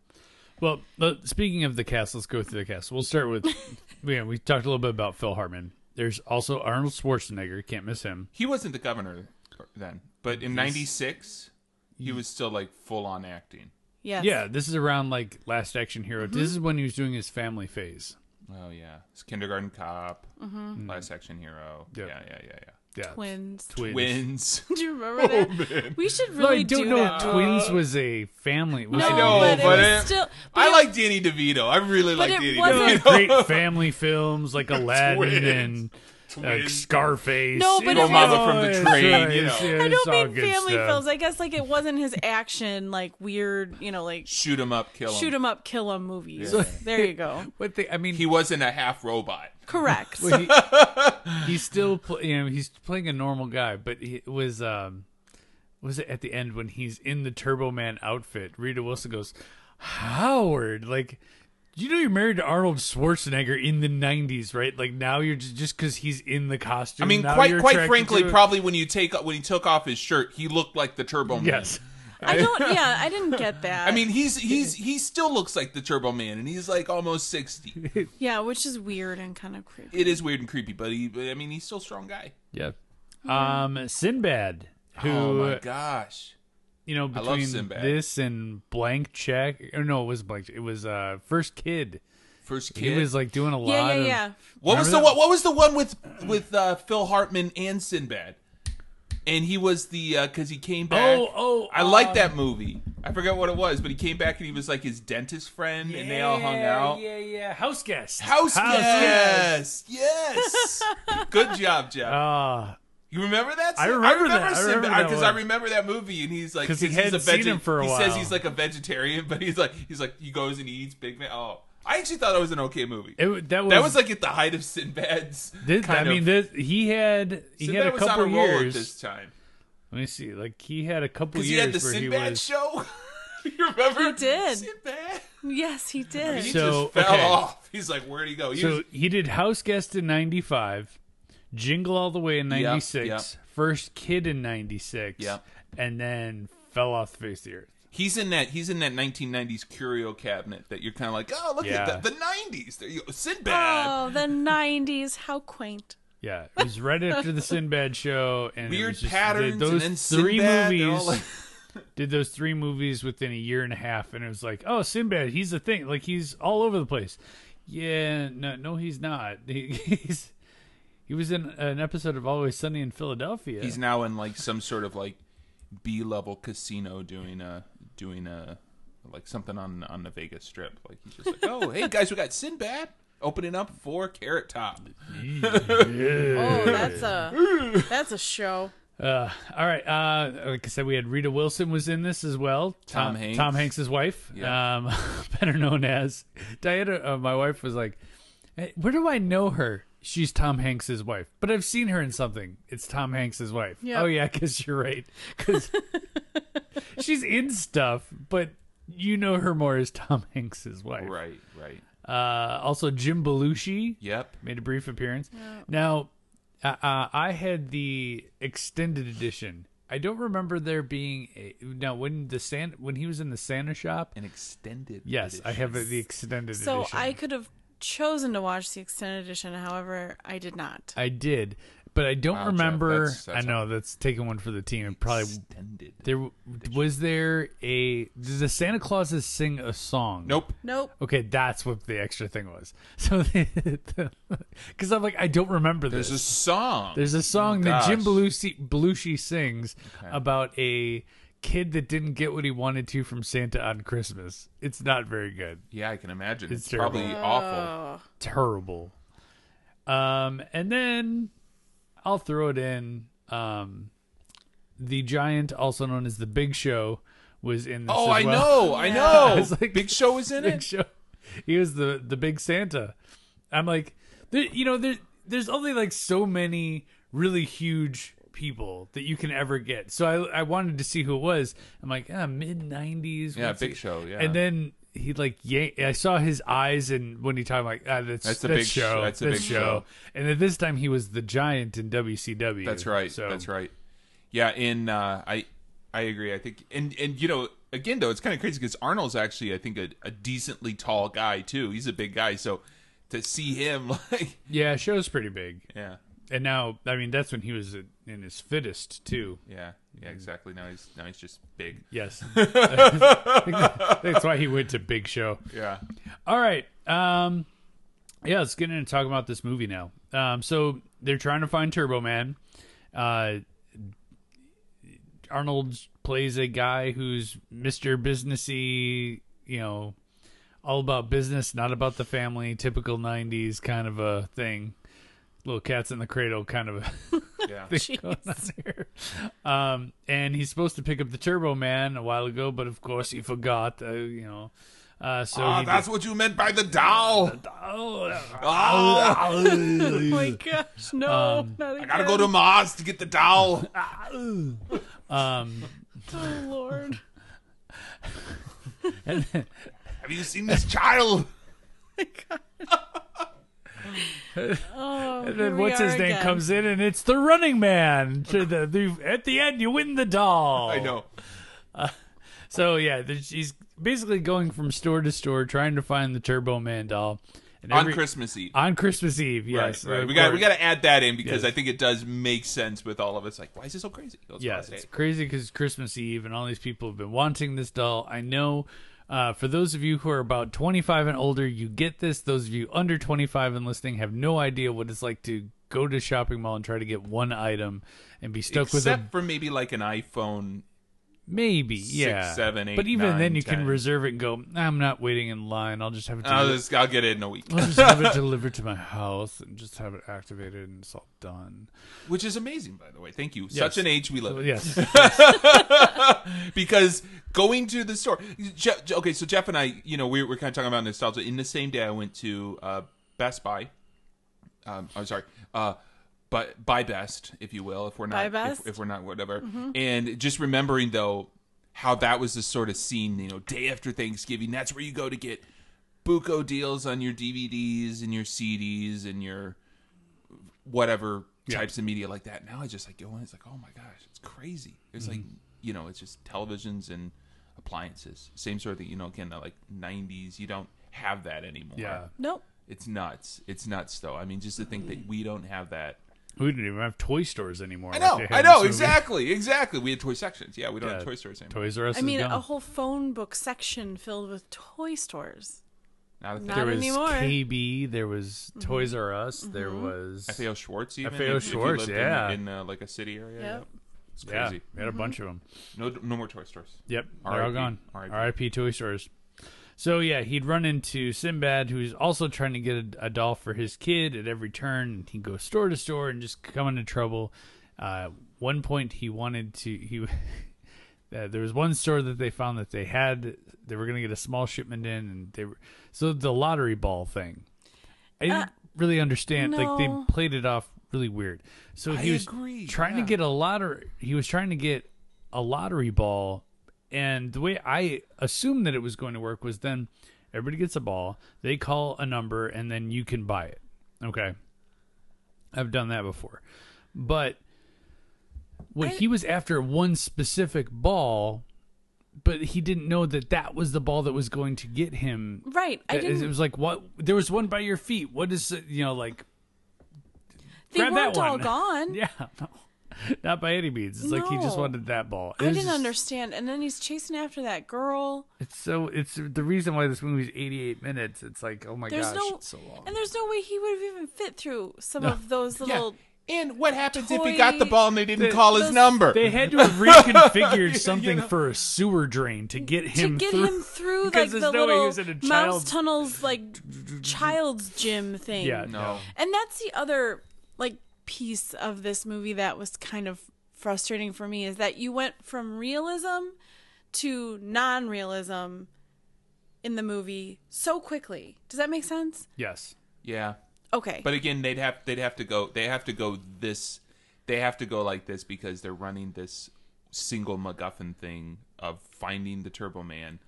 [SPEAKER 1] Well, but speaking of the cast, let's go through the cast. We'll start with, <laughs> yeah, we talked a little bit about Phil Hartman. There's also Arnold Schwarzenegger. Can't miss him.
[SPEAKER 2] He wasn't the governor then, but in '96, he was still like full on acting.
[SPEAKER 3] yes. Mm-hmm.
[SPEAKER 1] Yeah, this is around like Last Action Hero. This is when he was doing his family phase.
[SPEAKER 2] Oh yeah, it's Kindergarten Cop,
[SPEAKER 3] Mm-hmm.
[SPEAKER 2] Last Action Hero.
[SPEAKER 1] Yeah.
[SPEAKER 2] Yeah, yeah, yeah, yeah.
[SPEAKER 1] Yeah,
[SPEAKER 3] twins
[SPEAKER 1] Twins.
[SPEAKER 2] Wins.
[SPEAKER 3] <laughs> do you remember
[SPEAKER 2] Oh,
[SPEAKER 3] that we should
[SPEAKER 1] No,
[SPEAKER 3] really
[SPEAKER 1] I don't
[SPEAKER 3] do
[SPEAKER 1] know.
[SPEAKER 3] that
[SPEAKER 1] if Twins was a family. Was
[SPEAKER 3] no,
[SPEAKER 1] a-
[SPEAKER 2] know,
[SPEAKER 3] but,
[SPEAKER 2] but
[SPEAKER 3] it was
[SPEAKER 2] it-
[SPEAKER 3] still but
[SPEAKER 2] I
[SPEAKER 3] it-
[SPEAKER 2] like Danny DeVito. I really like <laughs>
[SPEAKER 3] it
[SPEAKER 2] Danny
[SPEAKER 1] Those
[SPEAKER 3] wasn't-
[SPEAKER 2] DeVito. <laughs>
[SPEAKER 1] great family films like Aladdin
[SPEAKER 2] Twins.
[SPEAKER 1] and like Scarface.
[SPEAKER 3] No, but
[SPEAKER 1] It's
[SPEAKER 3] it was-
[SPEAKER 2] Mama from the
[SPEAKER 1] it's
[SPEAKER 2] Train,
[SPEAKER 1] right,
[SPEAKER 2] you
[SPEAKER 1] it's-
[SPEAKER 2] know.
[SPEAKER 1] yeah,
[SPEAKER 3] I
[SPEAKER 1] it's
[SPEAKER 3] don't
[SPEAKER 1] all
[SPEAKER 3] mean
[SPEAKER 1] good
[SPEAKER 3] family
[SPEAKER 1] stuff.
[SPEAKER 3] films. I guess like it wasn't his action, like weird, you know, like
[SPEAKER 2] Shoot him up, kill him.
[SPEAKER 3] shoot 'em up, kill 'em movies.
[SPEAKER 2] Yeah.
[SPEAKER 3] There you go.
[SPEAKER 1] But they, I mean,
[SPEAKER 2] He wasn't a half robot.
[SPEAKER 3] Correct.
[SPEAKER 1] Well, he, he's still pl- you know he's playing a normal guy, but he it was um was it at the end when he's in the Turbo Man outfit? Rita Wilson goes, Howard, like. You know you're married to Arnold Schwarzenegger in the '90s, right? Like now you're just just because he's in the costume.
[SPEAKER 2] I mean,
[SPEAKER 1] now
[SPEAKER 2] quite
[SPEAKER 1] you're
[SPEAKER 2] quite
[SPEAKER 1] attracted
[SPEAKER 2] frankly,
[SPEAKER 1] to it?
[SPEAKER 2] probably when you take when he took off his shirt, he looked like the Turbo Man.
[SPEAKER 1] yes.
[SPEAKER 3] I don't. Yeah, I didn't get that.
[SPEAKER 2] I mean, he's he's he still looks like the Turbo Man, and he's like
[SPEAKER 1] <laughs>
[SPEAKER 2] almost sixty.
[SPEAKER 3] yeah, which is weird and kind of creepy.
[SPEAKER 2] It is weird and creepy, but he, but, I mean, he's still a strong guy.
[SPEAKER 1] Yeah. Um, Sinbad, who uh,
[SPEAKER 2] oh my gosh!
[SPEAKER 1] you know
[SPEAKER 2] love
[SPEAKER 1] between
[SPEAKER 2] Sinbad.
[SPEAKER 1] this and Blank Check, or no, it was Blank. Check. It was uh First Kid.
[SPEAKER 2] First
[SPEAKER 1] He
[SPEAKER 2] kid.
[SPEAKER 1] was like doing a lot.
[SPEAKER 3] yeah, yeah,
[SPEAKER 1] of,
[SPEAKER 3] yeah.
[SPEAKER 2] what was the
[SPEAKER 1] remember
[SPEAKER 2] what, what was the one with with uh, Phil Hartman and Sinbad? And he was the because he came back.
[SPEAKER 1] Oh, oh,
[SPEAKER 2] I like
[SPEAKER 1] um,
[SPEAKER 2] that movie. I forgot what it was, but he came back and he was like his dentist friend, and they all hung out.
[SPEAKER 1] Yeah, yeah. House guest.
[SPEAKER 2] House, guest. Yes. <laughs> Good job, Jeff.
[SPEAKER 1] Ah,
[SPEAKER 2] you remember that?
[SPEAKER 1] I
[SPEAKER 2] scene?
[SPEAKER 1] remember that. I
[SPEAKER 2] Sinbad-
[SPEAKER 1] remember that
[SPEAKER 2] because I
[SPEAKER 1] one.
[SPEAKER 2] remember that movie, and he's like,
[SPEAKER 1] 'Cause he
[SPEAKER 2] he's
[SPEAKER 1] hadn't
[SPEAKER 2] a
[SPEAKER 1] seen him for a
[SPEAKER 2] He says
[SPEAKER 1] while.
[SPEAKER 2] he's like a vegetarian, but he's like, he's like, he goes and he eats Big Man. Oh, I actually thought it was an okay movie.
[SPEAKER 1] it, w- that was.
[SPEAKER 2] that was like at the height of Sinbad's.
[SPEAKER 1] This, I
[SPEAKER 2] kind of-
[SPEAKER 1] mean, this, he had he
[SPEAKER 2] Sinbad
[SPEAKER 1] had a
[SPEAKER 2] was on
[SPEAKER 1] couple
[SPEAKER 2] a roll at
[SPEAKER 1] years.
[SPEAKER 2] this time
[SPEAKER 1] Let me see. Like he had a couple
[SPEAKER 2] because
[SPEAKER 1] years
[SPEAKER 2] he had the
[SPEAKER 1] where he
[SPEAKER 2] Sinbad
[SPEAKER 1] was.
[SPEAKER 2] show. <laughs> you remember?
[SPEAKER 3] He did.
[SPEAKER 2] Sinbad.
[SPEAKER 3] Yes, he did.
[SPEAKER 2] He
[SPEAKER 1] So,
[SPEAKER 2] just fell
[SPEAKER 1] okay.
[SPEAKER 2] off. He's like, where'd he go? He
[SPEAKER 1] so
[SPEAKER 2] was-
[SPEAKER 1] he did House Guest in '95, Jingle All the Way in
[SPEAKER 2] Yep,
[SPEAKER 1] '96,
[SPEAKER 2] yep.
[SPEAKER 1] First Kid in '96,
[SPEAKER 2] Yep.
[SPEAKER 1] and then fell off the face of the earth.
[SPEAKER 2] He's in that he's in that 1990s curio cabinet that you're kind of like, oh look
[SPEAKER 1] Yeah.
[SPEAKER 2] at that, the 90s. There you go, Sinbad.
[SPEAKER 3] Oh, the '90s. How quaint.
[SPEAKER 1] Yeah, it was right after the Sinbad show, and it
[SPEAKER 2] Weird
[SPEAKER 1] was just,
[SPEAKER 2] patterns
[SPEAKER 1] those
[SPEAKER 2] and then
[SPEAKER 1] three
[SPEAKER 2] Sinbad, they're all
[SPEAKER 1] movies
[SPEAKER 2] like- <laughs>
[SPEAKER 1] did those three movies within a year and a half, and it was like, oh, Sinbad, he's the thing, like he's all over the place. Yeah, no, no, he's not. <laughs> He, he's he was in an episode of Always Sunny in Philadelphia.
[SPEAKER 2] He's now in like some sort of like B level casino doing a doing a like something on on the Vegas Strip. Like he's just like, oh hey guys, we got Sinbad opening up for Carrot Top.
[SPEAKER 3] Oh, that's a that's a show.
[SPEAKER 1] Uh, all right. Uh, like I said, we had Rita Wilson was in this as well. Uh,
[SPEAKER 2] Tom Hanks.
[SPEAKER 1] Tom Hanks' wife,
[SPEAKER 2] Yeah.
[SPEAKER 1] um, <laughs> better known as Diana. Uh, my wife was like, "Hey, "Where do I know her? She's Tom Hanks' wife, but I've seen her in something. It's Tom Hanks' wife.
[SPEAKER 3] Yeah.
[SPEAKER 1] Oh yeah, because you're right. 'Cause she's in stuff, but you know her more as Tom Hanks' wife.
[SPEAKER 2] Right, right.
[SPEAKER 1] Uh, also Jim Belushi
[SPEAKER 2] Yep.
[SPEAKER 1] made a brief appearance. Now, uh, uh, I had the extended edition. I don't remember there being a now when the San, when he was in the Santa shop.
[SPEAKER 2] An extended.
[SPEAKER 1] Yes, I
[SPEAKER 2] edition.
[SPEAKER 1] have the extended
[SPEAKER 3] So
[SPEAKER 1] edition.
[SPEAKER 3] I could have chosen to watch the extended edition. However, I did not.
[SPEAKER 1] I did, but I don't
[SPEAKER 2] Wow, Jeff,
[SPEAKER 1] remember.
[SPEAKER 2] that's- that's
[SPEAKER 1] I know that's taking one for the team. and Probably
[SPEAKER 2] extended.
[SPEAKER 1] there was there a did the Santa Clauses sing a song?
[SPEAKER 2] Nope.
[SPEAKER 3] Nope.
[SPEAKER 1] Okay, that's what the extra thing was. <laughs> So, because I'm like, I don't remember this.
[SPEAKER 2] There's a song.
[SPEAKER 1] There's a song that
[SPEAKER 2] Oh, gosh.
[SPEAKER 1] Jim Belushi, Belushi sings about a kid that didn't get what he wanted to from Santa on Christmas. It's not very good.
[SPEAKER 2] yeah, I can imagine.
[SPEAKER 1] It's
[SPEAKER 2] It's, probably
[SPEAKER 1] terrible.
[SPEAKER 3] Oh.
[SPEAKER 2] awful.
[SPEAKER 1] Terrible. Um, and then I'll throw it in. Um, the giant, also known as the Big Show, was in this.
[SPEAKER 2] Oh,
[SPEAKER 1] as
[SPEAKER 2] I
[SPEAKER 1] well.
[SPEAKER 2] know,
[SPEAKER 1] <laughs>
[SPEAKER 2] I know.
[SPEAKER 1] It's like-
[SPEAKER 2] Big Show is in
[SPEAKER 1] Big
[SPEAKER 2] it.
[SPEAKER 1] Show. <laughs> He was the the Big Santa. I'm like, there, you know, there, there's only like so many really huge people that you can ever get. So I I wanted to see who it was. I'm like, ah, mid '90s.
[SPEAKER 2] Yeah,
[SPEAKER 1] what's
[SPEAKER 2] Big
[SPEAKER 1] it-
[SPEAKER 2] Show, yeah.
[SPEAKER 1] And then he like yank. I saw his eyes, and when he talked, I'm like, ah, that's
[SPEAKER 2] That's
[SPEAKER 1] that's
[SPEAKER 2] the
[SPEAKER 1] the
[SPEAKER 2] Big Sh-
[SPEAKER 1] show.
[SPEAKER 2] that's the Big
[SPEAKER 1] show.
[SPEAKER 2] Show.
[SPEAKER 1] And then this time he was the giant in WCW.
[SPEAKER 2] That's right.
[SPEAKER 1] So
[SPEAKER 2] That's right. Yeah, and uh, I I agree. I think and and you know again though it's kind of crazy because Arnold's actually I think a, a decently tall guy too. He's a big guy, so to see him <laughs> like
[SPEAKER 1] Yeah, show's pretty big.
[SPEAKER 2] yeah
[SPEAKER 1] And now, I mean, that's when he was in his fittest too.
[SPEAKER 2] yeah yeah exactly. Now he's now he's just big.
[SPEAKER 1] Yes. <laughs> That's why he went to Big Show.
[SPEAKER 2] Yeah.
[SPEAKER 1] All right. Um, yeah, let's get into talking about this movie now. Um, so they're trying to find Turbo Man. Uh, Arnold plays a guy who's Mr. Businessy, you know, all about business, not about the family, typical 90s kind of a thing. little cats in the cradle kind of <laughs>
[SPEAKER 2] Yeah.
[SPEAKER 1] thing going on here. Um, and he's supposed to pick up the Turbo Man a while ago, but of course he forgot. Uh, you know, uh, so
[SPEAKER 2] Ah,
[SPEAKER 1] he
[SPEAKER 2] that's what you meant by the doll.
[SPEAKER 1] did- oh,
[SPEAKER 2] Oh,
[SPEAKER 3] Oh my gosh, no, not again.
[SPEAKER 2] I gotta go to Mars to get the doll.
[SPEAKER 1] um,
[SPEAKER 3] Oh Lord,
[SPEAKER 1] and then-
[SPEAKER 2] Have you seen this child?
[SPEAKER 3] oh.
[SPEAKER 1] And then what's his name comes in, and it's the Running Man. To the, the, at the end, you win the doll.
[SPEAKER 2] I know.
[SPEAKER 1] So yeah, there's- he's basically going from store to store trying to find the Turbo Man doll. And <laughs>
[SPEAKER 2] On
[SPEAKER 1] every-
[SPEAKER 2] Christmas Eve.
[SPEAKER 1] on Christmas Eve, yes,
[SPEAKER 2] right, right.
[SPEAKER 1] of
[SPEAKER 2] We got we
[SPEAKER 1] course.
[SPEAKER 2] got to add that in because
[SPEAKER 1] Yes.
[SPEAKER 2] I think it does make sense with all of us. Like, why is it so crazy? Let's
[SPEAKER 1] Yes,
[SPEAKER 2] go
[SPEAKER 1] it's
[SPEAKER 2] today.
[SPEAKER 1] crazy because it's Christmas Eve and all these people have been wanting this doll. I know. Uh, for those of you who are about 25 and older, you get this. Those of you under 25 and listening have no idea what it's like to go to a shopping mall and try to get one item and be stuck with a
[SPEAKER 2] except for maybe like an iPhone.
[SPEAKER 1] maybe yeah
[SPEAKER 2] seven, eight,
[SPEAKER 1] But even
[SPEAKER 2] nine,
[SPEAKER 1] then, you can
[SPEAKER 2] 10.
[SPEAKER 1] reserve it and go. I'm not waiting in line. I'll just have it. Deli-
[SPEAKER 2] I'll, just, I'll get it in a week,
[SPEAKER 1] <laughs> I'll just have it delivered to my house and just have it activated and it's all done.
[SPEAKER 2] which is amazing, by the way. Thank you. Such an age we live in. <laughs>
[SPEAKER 1] Yes,
[SPEAKER 2] because going to the store. Jeff, okay, so Jeff and I, you know, we were kind of talking about nostalgia. In the same day, I went to uh, Best Buy. Um, I'm sorry, uh, but Buy Best, if you will, if we're
[SPEAKER 3] Buy
[SPEAKER 2] not,
[SPEAKER 3] Best? Mm-hmm.
[SPEAKER 2] If, if we're not, whatever. And just remembering though how that was the sort of scene, you know, day after Thanksgiving. That's where you go to get buco deals on your DVDs and your CDs and your whatever types of media like that. Now I just like go in, it's like, oh my gosh, it's crazy. It's like
[SPEAKER 1] Mm-hmm.
[SPEAKER 2] you know, it's just televisions and appliances. Same sort of thing, you know, again the like nineties, you don't have that anymore.
[SPEAKER 1] yeah.
[SPEAKER 3] Nope.
[SPEAKER 2] It's nuts. It's nuts though. I mean just to think that
[SPEAKER 3] Mm-hmm.
[SPEAKER 2] we don't have that.
[SPEAKER 1] We don't even have toy stores anymore.
[SPEAKER 2] I know, I know, exactly, exactly. We had toy sections. Yeah, we don't
[SPEAKER 1] Yeah.
[SPEAKER 2] have toy stores anymore.
[SPEAKER 1] Toys R Us.
[SPEAKER 3] I mean,
[SPEAKER 1] is gone.
[SPEAKER 3] a whole phone book section filled with toy stores.
[SPEAKER 2] Not a thing.
[SPEAKER 1] there
[SPEAKER 3] Not
[SPEAKER 1] was
[SPEAKER 3] anymore. Mm-hmm.
[SPEAKER 1] KB, there was Toys R Us, there was
[SPEAKER 2] FAO Schwartz even
[SPEAKER 1] FAO
[SPEAKER 2] if- if you
[SPEAKER 1] Schwartz,
[SPEAKER 2] lived in-
[SPEAKER 1] yeah.
[SPEAKER 2] in, uh, like a city area.
[SPEAKER 3] Yep.
[SPEAKER 2] yeah. It's
[SPEAKER 1] yeah,
[SPEAKER 2] crazy.
[SPEAKER 1] we
[SPEAKER 3] Mm-hmm.
[SPEAKER 1] had a bunch of them.
[SPEAKER 2] No no more toy stores.
[SPEAKER 1] Yep, they're all
[SPEAKER 2] R.I.P.,
[SPEAKER 1] gone.
[SPEAKER 2] R.I.P.
[SPEAKER 1] R.I.P. Toy stores. So yeah, he'd run into Sinbad, who's also trying to get a, a doll for his kid at every turn. He'd go store to store and just come into trouble. Uh, one point, he wanted to he. <laughs> Uh, there was one store that they found that they had they were going to get a small shipment in, and they were so the lottery ball thing. I didn't really understand. Like
[SPEAKER 3] no.
[SPEAKER 1] they played it off really weird. So he
[SPEAKER 2] I
[SPEAKER 1] was
[SPEAKER 2] agree,
[SPEAKER 1] trying
[SPEAKER 2] yeah.
[SPEAKER 1] to get a lottery. He was trying to get a lottery ball, and the way I assumed that it was going to work was then everybody gets a ball, they call a number, and then you can buy it. Okay, I've done that before, but what he was after one specific ball. But he didn't know that that was the ball that was going to get him
[SPEAKER 3] Right. I
[SPEAKER 1] it- It
[SPEAKER 3] didn't.
[SPEAKER 1] was like what there was one by your feet. What is it? You know, like
[SPEAKER 3] They
[SPEAKER 1] grab that
[SPEAKER 3] weren't all
[SPEAKER 1] one. <laughs>
[SPEAKER 3] <laughs> gone.
[SPEAKER 1] yeah, no, not by any means. It's like he just
[SPEAKER 3] No.
[SPEAKER 1] wanted that ball. It
[SPEAKER 3] I
[SPEAKER 1] was
[SPEAKER 3] didn't
[SPEAKER 1] just-
[SPEAKER 3] understand. And then he's chasing after that girl.
[SPEAKER 1] It's so it's the reason why this movie's 88 minutes. It's like oh my
[SPEAKER 3] There's
[SPEAKER 1] gosh,
[SPEAKER 3] no,
[SPEAKER 1] it's so long.
[SPEAKER 3] and there's no way he would have even fit through some of those
[SPEAKER 2] Yeah.
[SPEAKER 3] little.
[SPEAKER 2] And what happens if
[SPEAKER 3] toy-
[SPEAKER 2] he got the ball and they didn't call his
[SPEAKER 3] those-
[SPEAKER 2] number?
[SPEAKER 1] They had to have
[SPEAKER 3] <laughs>
[SPEAKER 1] reconfigured something for a sewer drain to get
[SPEAKER 3] To
[SPEAKER 1] him
[SPEAKER 3] get
[SPEAKER 1] through.
[SPEAKER 3] him
[SPEAKER 1] <laughs>
[SPEAKER 3] through
[SPEAKER 1] Because
[SPEAKER 3] like
[SPEAKER 1] there's
[SPEAKER 3] the
[SPEAKER 1] no way he
[SPEAKER 3] little
[SPEAKER 1] was in a
[SPEAKER 3] mouse
[SPEAKER 1] child's-
[SPEAKER 3] tunnels, like child's gym
[SPEAKER 1] <laughs>
[SPEAKER 3] thing.
[SPEAKER 1] yeah,
[SPEAKER 2] no.
[SPEAKER 3] And that's the other like piece of this movie that was kind of frustrating for me is that you went from realism to non-realism in the movie so quickly. Does that make sense?
[SPEAKER 1] yes,
[SPEAKER 2] Yeah.
[SPEAKER 3] Okay.
[SPEAKER 2] But again, they'd have they'd have to go they have to go this they have to go like this because they're running this single MacGuffin thing of finding the Turbo Man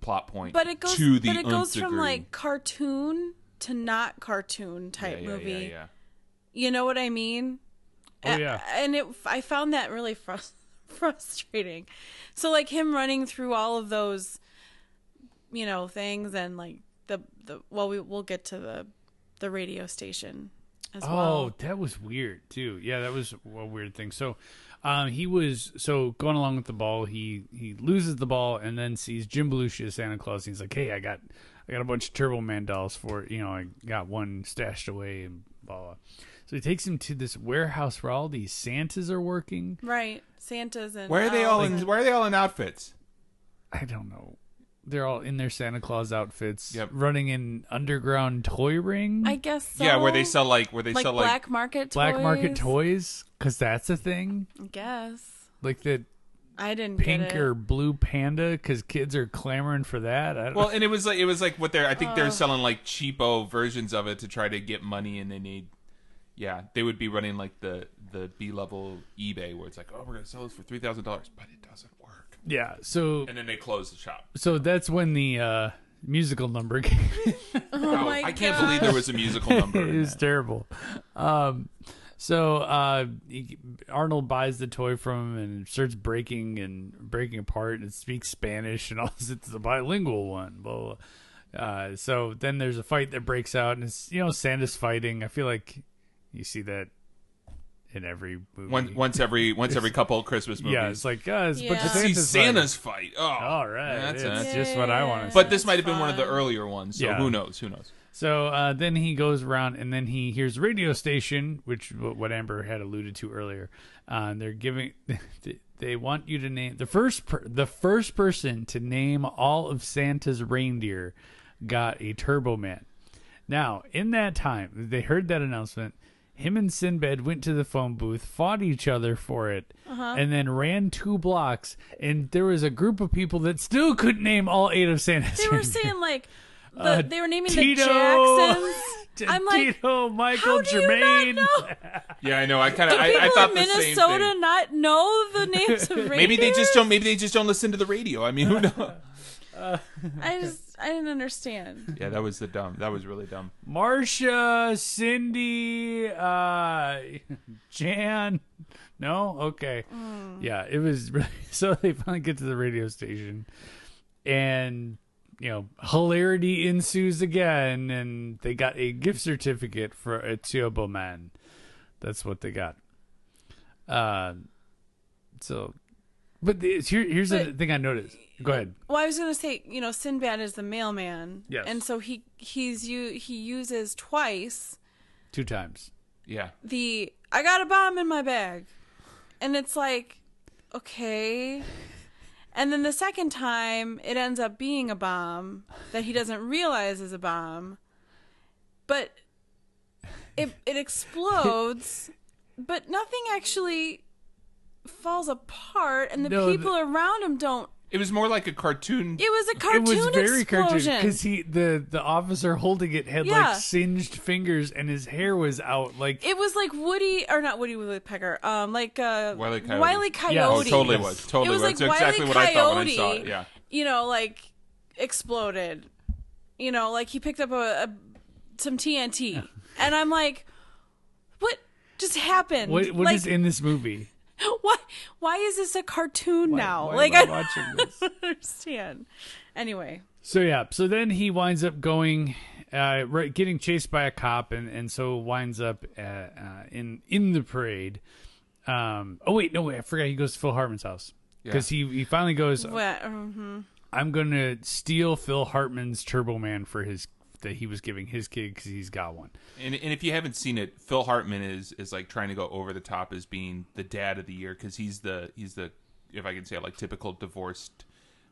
[SPEAKER 2] plot point.
[SPEAKER 3] but it goes
[SPEAKER 2] to the
[SPEAKER 3] but it goes
[SPEAKER 2] nth
[SPEAKER 3] from
[SPEAKER 2] degree.
[SPEAKER 3] like cartoon to not cartoon
[SPEAKER 2] yeah,
[SPEAKER 3] type
[SPEAKER 2] yeah,
[SPEAKER 3] movie.
[SPEAKER 2] yeah, yeah.
[SPEAKER 3] You know what I mean?
[SPEAKER 1] oh
[SPEAKER 3] A-
[SPEAKER 1] yeah.
[SPEAKER 3] And it, I found that really frus- <laughs> frustrating. So like him running through all of those, you know, things and like the the well, we we'll get to the the radio station as
[SPEAKER 1] Oh,
[SPEAKER 3] well.
[SPEAKER 1] that was weird too. Yeah, that was a weird thing. So, um, he was so going along with the ball. He he loses the ball and then sees Jim Belushi as Santa Claus. And he's like, "Hey, I got I got a bunch of Turbo Man dolls for you know I got one stashed away and blah blah." So he takes him to this warehouse where all these Santas are working.
[SPEAKER 3] Right, Santas and
[SPEAKER 2] Where are they all
[SPEAKER 3] elves
[SPEAKER 2] in
[SPEAKER 3] and-
[SPEAKER 2] where are they all in outfits?
[SPEAKER 1] I don't know. they're all in their Santa Claus outfits,
[SPEAKER 2] Yep.
[SPEAKER 1] running an underground toy ring,
[SPEAKER 3] I guess. So.
[SPEAKER 2] Yeah, where they sell like where they
[SPEAKER 3] like
[SPEAKER 2] sell
[SPEAKER 3] black
[SPEAKER 2] like
[SPEAKER 3] market toys.
[SPEAKER 1] black market toys, because that's a thing.
[SPEAKER 3] I guess
[SPEAKER 1] Like the
[SPEAKER 3] I didn't get
[SPEAKER 1] pink
[SPEAKER 3] it.
[SPEAKER 1] or blue panda, because kids are clamoring for that. I don't
[SPEAKER 2] well, and it was like it was like what they're I think they're selling like cheapo versions of it to try to get money, and they need yeah they would be running like the the B level eBay where it's like oh we're gonna sell this for three thousand dollars, but it doesn't work,
[SPEAKER 1] <laughs> yeah. So
[SPEAKER 2] and then they close the shop.
[SPEAKER 1] so that's when the uh, musical number <laughs> came.
[SPEAKER 2] wow,
[SPEAKER 3] Oh my
[SPEAKER 2] Oh, I can't
[SPEAKER 3] gosh.
[SPEAKER 2] believe there was a musical number.
[SPEAKER 1] it
[SPEAKER 2] in
[SPEAKER 1] is
[SPEAKER 2] that.
[SPEAKER 1] terrible. Um, so uh, he- Arnold buys the toy from him and starts breaking and breaking apart and speaks Spanish and <laughs> all this. It's the bilingual one. Blah, blah, blah. Uh, so then there's a fight that breaks out and it's you know Santa's fighting. I feel like you see that in every movie.
[SPEAKER 2] Once, once every once every couple of Christmas movies.
[SPEAKER 1] yeah, it's like uh, it's a bunch
[SPEAKER 3] Yeah.
[SPEAKER 1] of
[SPEAKER 3] Let's
[SPEAKER 2] see
[SPEAKER 1] Santa's fighting.
[SPEAKER 2] Santa's fight. Oh,
[SPEAKER 1] All right,
[SPEAKER 2] that's
[SPEAKER 1] it's
[SPEAKER 2] it.
[SPEAKER 1] just what I want to.
[SPEAKER 3] Yeah.
[SPEAKER 1] see.
[SPEAKER 2] But this
[SPEAKER 3] That's
[SPEAKER 2] might have been one of the
[SPEAKER 3] fun.
[SPEAKER 2] earlier ones. So
[SPEAKER 1] Yeah.
[SPEAKER 2] who knows? Who
[SPEAKER 3] <laughs>
[SPEAKER 2] knows?
[SPEAKER 1] So uh, then he goes around and then he hears a radio station, which wh- what Amber had alluded to earlier. Uh, and they're giving <laughs> they- they want you to name the first per, the first person to name all of Santa's reindeer got a Turbo Man. Now in that time they heard that announcement. Him and Sinbad went to the phone booth, fought each other for it,
[SPEAKER 3] Uh-huh.
[SPEAKER 1] and then ran two blocks. And there was a group of people that still couldn't name all eight of Santa's.
[SPEAKER 3] They
[SPEAKER 1] <laughs>
[SPEAKER 3] were
[SPEAKER 1] reindeer.
[SPEAKER 3] saying like the,
[SPEAKER 1] Uh,
[SPEAKER 3] they were naming
[SPEAKER 1] Tito.
[SPEAKER 3] the Jacksons.
[SPEAKER 1] <laughs>
[SPEAKER 3] I'm like,
[SPEAKER 1] Tito, Michael,
[SPEAKER 3] how do you
[SPEAKER 1] Jermaine.
[SPEAKER 3] not know?
[SPEAKER 2] Yeah, I know. I kind of
[SPEAKER 3] Do people
[SPEAKER 2] I, I thought
[SPEAKER 3] in
[SPEAKER 2] the same
[SPEAKER 3] Minnesota
[SPEAKER 2] thing.
[SPEAKER 3] not know the names of
[SPEAKER 2] <laughs>
[SPEAKER 3] reindeer?
[SPEAKER 2] Maybe they just don't. Maybe they just don't listen to the radio. I mean, who knows?
[SPEAKER 3] I just I didn't understand.
[SPEAKER 2] yeah, that was the dumb. That was really dumb.
[SPEAKER 1] Marcia, Cindy, uh, <laughs> Jan. No, okay, yeah, it was. Really, <laughs> so they finally get to the radio station, and you know, hilarity ensues again, and they got a gift certificate for a Tiobo man. That's what they got. Uh, so, but the, here, here's the
[SPEAKER 3] But-
[SPEAKER 1] thing I noticed. Go ahead.
[SPEAKER 3] Well, I was gonna say, you know, Sinbad is the mailman,
[SPEAKER 1] Yes.
[SPEAKER 3] and so he he's you he uses twice
[SPEAKER 1] Two times.
[SPEAKER 2] Yeah,
[SPEAKER 3] the I got a bomb in my bag. And it's like, okay. And then the second time, it ends up being a bomb that he doesn't realize is a bomb. But it
[SPEAKER 1] <laughs>
[SPEAKER 3] it explodes, but nothing actually falls apart and the
[SPEAKER 1] No, the-
[SPEAKER 3] people around him don't.
[SPEAKER 2] it was more like a cartoon.
[SPEAKER 3] It was a
[SPEAKER 1] it
[SPEAKER 3] cartoon
[SPEAKER 1] was very
[SPEAKER 3] explosion.
[SPEAKER 1] cartoon because he the the officer holding it had
[SPEAKER 3] Yeah.
[SPEAKER 1] like singed fingers and his hair was out like
[SPEAKER 3] it was like Woody or not Woody Woodpecker. Um like uh
[SPEAKER 2] Wile E. Coyote.
[SPEAKER 3] Wile E.
[SPEAKER 1] Yeah.
[SPEAKER 2] oh,
[SPEAKER 1] Cody.
[SPEAKER 2] totally was. Totally
[SPEAKER 3] it was like
[SPEAKER 2] That's exactly
[SPEAKER 3] Wile E.
[SPEAKER 2] what
[SPEAKER 3] Coyote,
[SPEAKER 2] I thought when I saw it. Yeah,
[SPEAKER 3] you know, like exploded. You know, like he picked up a, a some TNT, and I'm like, what just happened?
[SPEAKER 1] what what is
[SPEAKER 3] like,
[SPEAKER 1] in this movie?
[SPEAKER 3] <laughs> why why is this a cartoon now?
[SPEAKER 1] Why
[SPEAKER 3] like
[SPEAKER 1] am I
[SPEAKER 3] I don't
[SPEAKER 1] watching
[SPEAKER 3] <laughs>
[SPEAKER 1] this.
[SPEAKER 3] understand. Anyway,
[SPEAKER 1] So yeah, so then he winds up going, uh, right, getting chased by a cop, and and so winds up uh, uh, in in the parade. Um, oh wait, no wait, I forgot he goes to Phil Hartman's house because he he finally goes.
[SPEAKER 3] well, mhm.
[SPEAKER 1] I'm gonna steal Phil Hartman's Turbo Man for his that he was giving his kid because he's got one.
[SPEAKER 2] and and if you haven't seen it, Phil Hartman is is like trying to go over the top as being the dad of the year because he's the he's the if I can say it, like typical divorced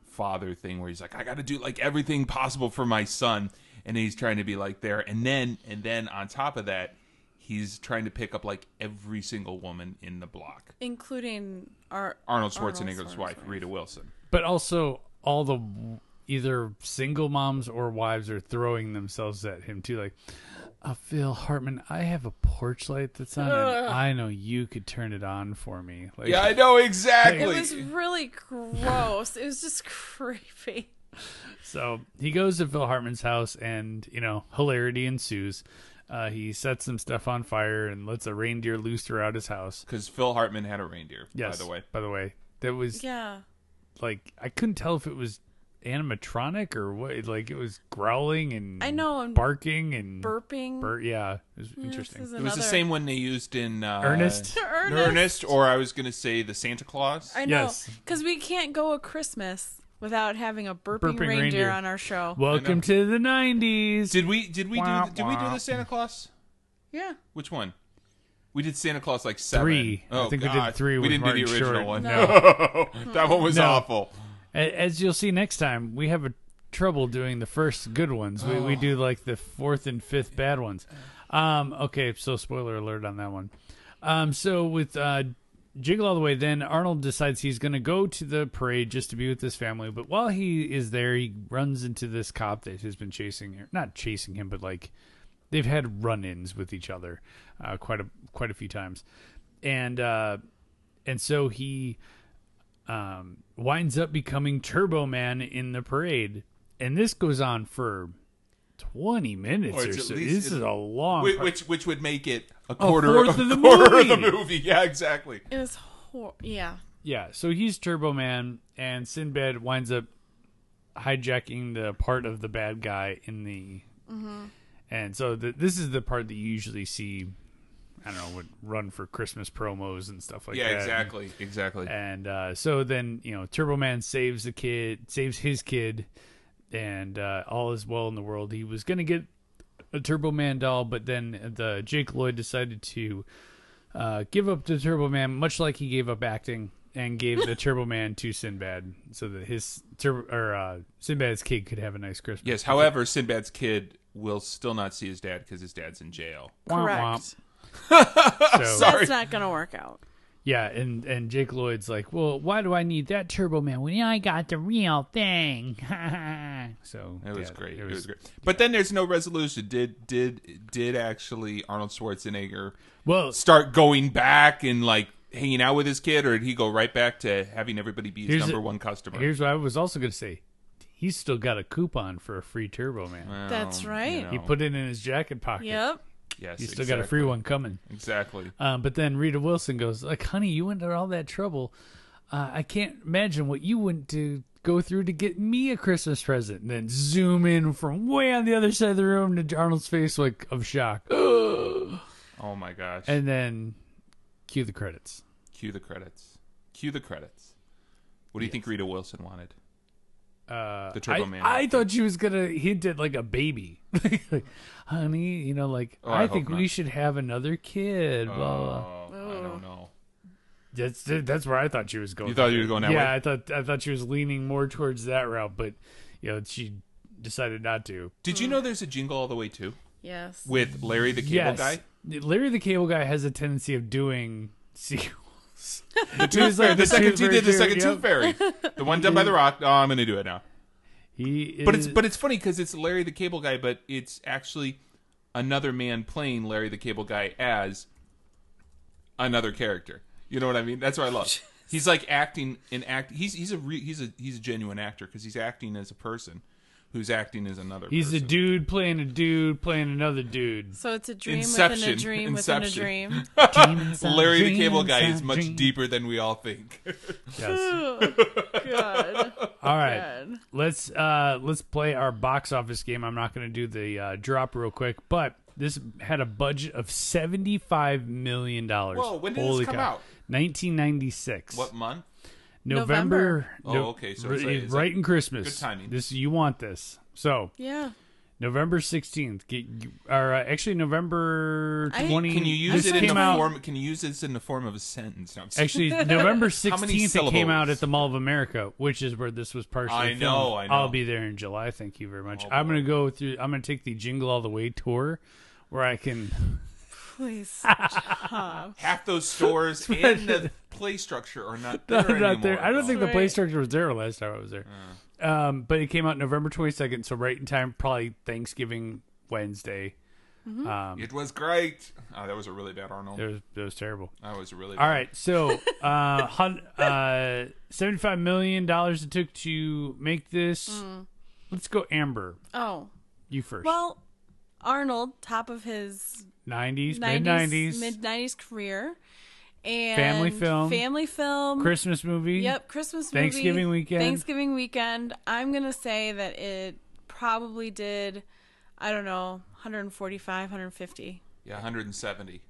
[SPEAKER 2] father thing where he's like I got to do like everything possible for my son, and he's trying to be like there, and then and then on top of that, he's trying to pick up like every single woman in the block.
[SPEAKER 3] including our
[SPEAKER 2] Arnold Schwarzenegger's wife,
[SPEAKER 3] Schwarzenegger.
[SPEAKER 2] Rita Wilson.
[SPEAKER 1] but also all the either single moms or wives are throwing themselves at him too like uh, phil hartman i have a porch light that's on
[SPEAKER 2] <laughs>
[SPEAKER 1] and i know you could turn it on for me like
[SPEAKER 2] Yeah, I know
[SPEAKER 3] It
[SPEAKER 2] exactly. <laughs>
[SPEAKER 3] was really gross. it was just <laughs> creepy.
[SPEAKER 1] so he goes to phil hartman's house and you know hilarity ensues uh, he sets some stuff on fire and lets a reindeer loose throughout his house
[SPEAKER 2] Because Phil Hartman had a reindeer,
[SPEAKER 1] yes
[SPEAKER 2] by the way.
[SPEAKER 1] by the way that was
[SPEAKER 3] Yeah.
[SPEAKER 1] like i couldn't tell if it was animatronic or what like it was growling and
[SPEAKER 3] I know, and
[SPEAKER 1] barking and
[SPEAKER 3] Burping.
[SPEAKER 1] Bur- yeah, it was
[SPEAKER 3] This
[SPEAKER 1] interesting.
[SPEAKER 3] is
[SPEAKER 2] It was the
[SPEAKER 3] another-
[SPEAKER 2] same one they used in uh,
[SPEAKER 1] Ernest?
[SPEAKER 3] Ernest.
[SPEAKER 2] Ernest, or I was going to say the Santa Claus.
[SPEAKER 3] I know,
[SPEAKER 1] Yes.
[SPEAKER 3] because we can't go a Christmas without having a burping,
[SPEAKER 1] Burping
[SPEAKER 3] reindeer,
[SPEAKER 1] reindeer.
[SPEAKER 3] on our show.
[SPEAKER 1] Welcome to the '90s.
[SPEAKER 2] Did we? Did we do?
[SPEAKER 1] Wah,
[SPEAKER 2] The, did we do
[SPEAKER 1] wah.
[SPEAKER 2] the Santa Claus?
[SPEAKER 3] Yeah,
[SPEAKER 2] Which one? We did Santa Claus like seven.
[SPEAKER 1] Three. I
[SPEAKER 2] Oh,
[SPEAKER 1] think we did
[SPEAKER 2] God.
[SPEAKER 1] three
[SPEAKER 2] We
[SPEAKER 1] with
[SPEAKER 2] didn't do
[SPEAKER 1] Martin
[SPEAKER 2] the original
[SPEAKER 1] Short.
[SPEAKER 2] one.
[SPEAKER 1] No.
[SPEAKER 2] <laughs> that one was
[SPEAKER 1] No.
[SPEAKER 2] awful.
[SPEAKER 1] A- As you'll see next time, we have a trouble doing the first good ones. We, we do like the fourth and fifth bad ones. Um, okay, so spoiler alert on that one. Um, so with uh, Jiggle All the Way, then Arnold decides he's going to go to the parade just to be with his family. But while he is there, he runs into this cop that has been chasing, or not chasing him, but like they've had run-ins with each other uh, quite a quite a few times, and uh, and so he um, winds up becoming Turbo Man in the parade, and this goes on for twenty minutes
[SPEAKER 2] Or
[SPEAKER 1] or,
[SPEAKER 2] it's at
[SPEAKER 1] so.
[SPEAKER 2] least-
[SPEAKER 1] This is a long.
[SPEAKER 2] Whi-
[SPEAKER 1] part.
[SPEAKER 2] which which would make it a quarter,
[SPEAKER 1] Oh, fourth
[SPEAKER 2] a
[SPEAKER 1] of the
[SPEAKER 2] quarter
[SPEAKER 1] movie.
[SPEAKER 2] of the movie. Yeah, exactly.
[SPEAKER 3] It was hor- yeah.
[SPEAKER 1] Yeah, so he's Turbo Man, and Sinbad winds up hijacking the part of the bad guy in the. And so the, this is the part that you usually see. I don't know, would run for Christmas promos and stuff like
[SPEAKER 2] Yeah,
[SPEAKER 1] that.
[SPEAKER 2] exactly, exactly.
[SPEAKER 1] And uh, so then you know, Turbo Man saves the kid, saves his kid, and uh, all is well in the world. He was gonna get a Turbo Man doll, but then the Jake Lloyd decided to uh, give up the Turbo Man, much like he gave up acting, and gave the Turbo Man to Sinbad, so that his Turbo or uh, Sinbad's kid could have a nice Christmas.
[SPEAKER 2] Yes. However, Sinbad's kid will still not see his dad because his dad's in jail.
[SPEAKER 1] Womp
[SPEAKER 3] Correct.
[SPEAKER 1] womp.
[SPEAKER 2] <laughs>
[SPEAKER 1] So-
[SPEAKER 3] That's not gonna work out.
[SPEAKER 1] Yeah, and and Jake Lloyd's like, well, why do I need that Turbo Man when I got the real thing? <laughs> so
[SPEAKER 2] It was
[SPEAKER 1] yeah,
[SPEAKER 2] great. It was, great. But then there's no resolution. Did did did actually Arnold Schwarzenegger
[SPEAKER 1] Well,
[SPEAKER 2] start going back and like hanging out with his kid, or did he go right back to having everybody be his
[SPEAKER 1] Here's
[SPEAKER 2] number
[SPEAKER 1] a-
[SPEAKER 2] one customer?
[SPEAKER 1] here's what I was also going to say. He's still got a coupon for a free Turbo Man.
[SPEAKER 2] Um,
[SPEAKER 3] That's right.
[SPEAKER 1] He put it in his jacket pocket.
[SPEAKER 3] Yep.
[SPEAKER 2] Yes,
[SPEAKER 1] He's still got a free
[SPEAKER 2] exactly.
[SPEAKER 1] one coming.
[SPEAKER 2] Exactly.
[SPEAKER 1] Um, but then Rita Wilson goes, like, honey, you went to all that trouble. Uh, I can't imagine what you went to go through to get me a Christmas present. And then zoom in from way on the other side of the room to Arnold's face, like, of shock. <gasps>
[SPEAKER 2] Oh my gosh.
[SPEAKER 1] and then cue the credits.
[SPEAKER 2] Cue the credits. Cue the credits. What do you think Rita Wilson wanted?
[SPEAKER 1] Uh,
[SPEAKER 2] The Turbo
[SPEAKER 1] I,
[SPEAKER 2] Man.
[SPEAKER 1] I thought she was gonna hint at like a baby, <laughs> like, honey, you know, like
[SPEAKER 2] Oh, I
[SPEAKER 1] I,
[SPEAKER 2] hope
[SPEAKER 1] think we
[SPEAKER 2] not.
[SPEAKER 1] should have another kid. Blah, blah. blah.
[SPEAKER 2] Oh, I don't know.
[SPEAKER 1] That's that's where I thought she was going.
[SPEAKER 2] You thought you were going that
[SPEAKER 1] yeah,
[SPEAKER 2] way.
[SPEAKER 1] I thought I thought she was leaning more towards that route, but you know, she decided not to.
[SPEAKER 2] Did you know there's a jingle all the way too
[SPEAKER 3] Yes.
[SPEAKER 2] with Larry the Cable
[SPEAKER 1] yes,
[SPEAKER 2] Guy?
[SPEAKER 1] Larry the Cable Guy has a tendency of doing <laughs> sequels.
[SPEAKER 2] The
[SPEAKER 1] was
[SPEAKER 2] Tooth
[SPEAKER 1] like
[SPEAKER 2] Fairy. The
[SPEAKER 1] the
[SPEAKER 2] second
[SPEAKER 1] Tooth
[SPEAKER 2] two did the
[SPEAKER 1] Fairy,
[SPEAKER 2] second
[SPEAKER 1] yep.
[SPEAKER 2] Tooth Fairy. The one
[SPEAKER 1] <laughs>
[SPEAKER 2] done by The Rock. Oh, I'm gonna do it now.
[SPEAKER 1] He is,
[SPEAKER 2] But it's but it's funny because it's Larry the Cable Guy, but it's actually another man playing Larry the Cable Guy as another character. You know what I mean? That's what I love.
[SPEAKER 1] <laughs>
[SPEAKER 2] He's like acting and act. He's he's a re, he's a he's a genuine actor because he's acting as a person who's acting as another.
[SPEAKER 1] he's
[SPEAKER 2] person.
[SPEAKER 1] a dude playing a dude playing another dude.
[SPEAKER 3] So it's a dream within
[SPEAKER 2] Inception.
[SPEAKER 3] a dream
[SPEAKER 2] Inception.
[SPEAKER 3] within a dream.
[SPEAKER 2] <laughs> Larry the Cable Guy
[SPEAKER 1] Dreams
[SPEAKER 2] is
[SPEAKER 1] are
[SPEAKER 2] much
[SPEAKER 1] dreams.
[SPEAKER 2] deeper than we all think.
[SPEAKER 1] <laughs> Yes.
[SPEAKER 3] God.
[SPEAKER 1] All right.
[SPEAKER 3] God.
[SPEAKER 1] Let's uh let's play our box office game. I'm not going to do the uh, drop real quick, but this had a budget of 75 million dollars.
[SPEAKER 2] Whoa, when did this come out?
[SPEAKER 1] 1996.
[SPEAKER 2] what month?
[SPEAKER 1] November.
[SPEAKER 2] Oh,
[SPEAKER 1] no-
[SPEAKER 2] okay, so
[SPEAKER 1] r-
[SPEAKER 2] it's a- it's a-
[SPEAKER 1] right in Christmas.
[SPEAKER 2] good timing.
[SPEAKER 1] This you want this. So,
[SPEAKER 3] Yeah.
[SPEAKER 1] November 16th. Get you- or uh, actually November
[SPEAKER 3] I-
[SPEAKER 1] 20
[SPEAKER 2] Can you use
[SPEAKER 1] this
[SPEAKER 2] it in the
[SPEAKER 1] came out-
[SPEAKER 2] form? Can you use this in the form of a sentence? No, I'm just-
[SPEAKER 1] Actually,
[SPEAKER 2] <laughs>
[SPEAKER 1] November 16th, it
[SPEAKER 2] syllables?
[SPEAKER 1] came out at the Mall of America, which is where this was partially
[SPEAKER 2] I know,
[SPEAKER 1] filmed.
[SPEAKER 2] I know. Oh,
[SPEAKER 1] I'll be there in July. Thank you very much. I'm going to go through, I'm going to take the Jingle All the Way tour where I can. <laughs>
[SPEAKER 3] Please.
[SPEAKER 2] half those stores and the play structure are not there
[SPEAKER 1] I'm
[SPEAKER 2] anymore.
[SPEAKER 1] <laughs> not there. I don't think the
[SPEAKER 3] Right.
[SPEAKER 1] play structure was there last time I was there. Um, but it came out November 22nd, so right in time, probably Thanksgiving Wednesday.
[SPEAKER 2] it was great. Oh, that was a really bad Arnold.
[SPEAKER 1] It was, it was terrible.
[SPEAKER 2] That was a really.
[SPEAKER 1] All right,
[SPEAKER 2] <laughs>
[SPEAKER 1] so uh, hun- uh, $75 million it took to make this. Let's go, Amber.
[SPEAKER 3] Oh.
[SPEAKER 1] You first.
[SPEAKER 3] Well, Arnold, top of his
[SPEAKER 1] 90s, mid
[SPEAKER 3] 90s,
[SPEAKER 1] 90s.
[SPEAKER 3] mid 90s career. And
[SPEAKER 1] Family film.
[SPEAKER 3] Family film.
[SPEAKER 1] Christmas movie.
[SPEAKER 3] Yep, Christmas movie.
[SPEAKER 1] Thanksgiving weekend.
[SPEAKER 3] Thanksgiving weekend. I'm going to say that it probably did, I don't know, 145, 150.
[SPEAKER 2] Yeah, 170.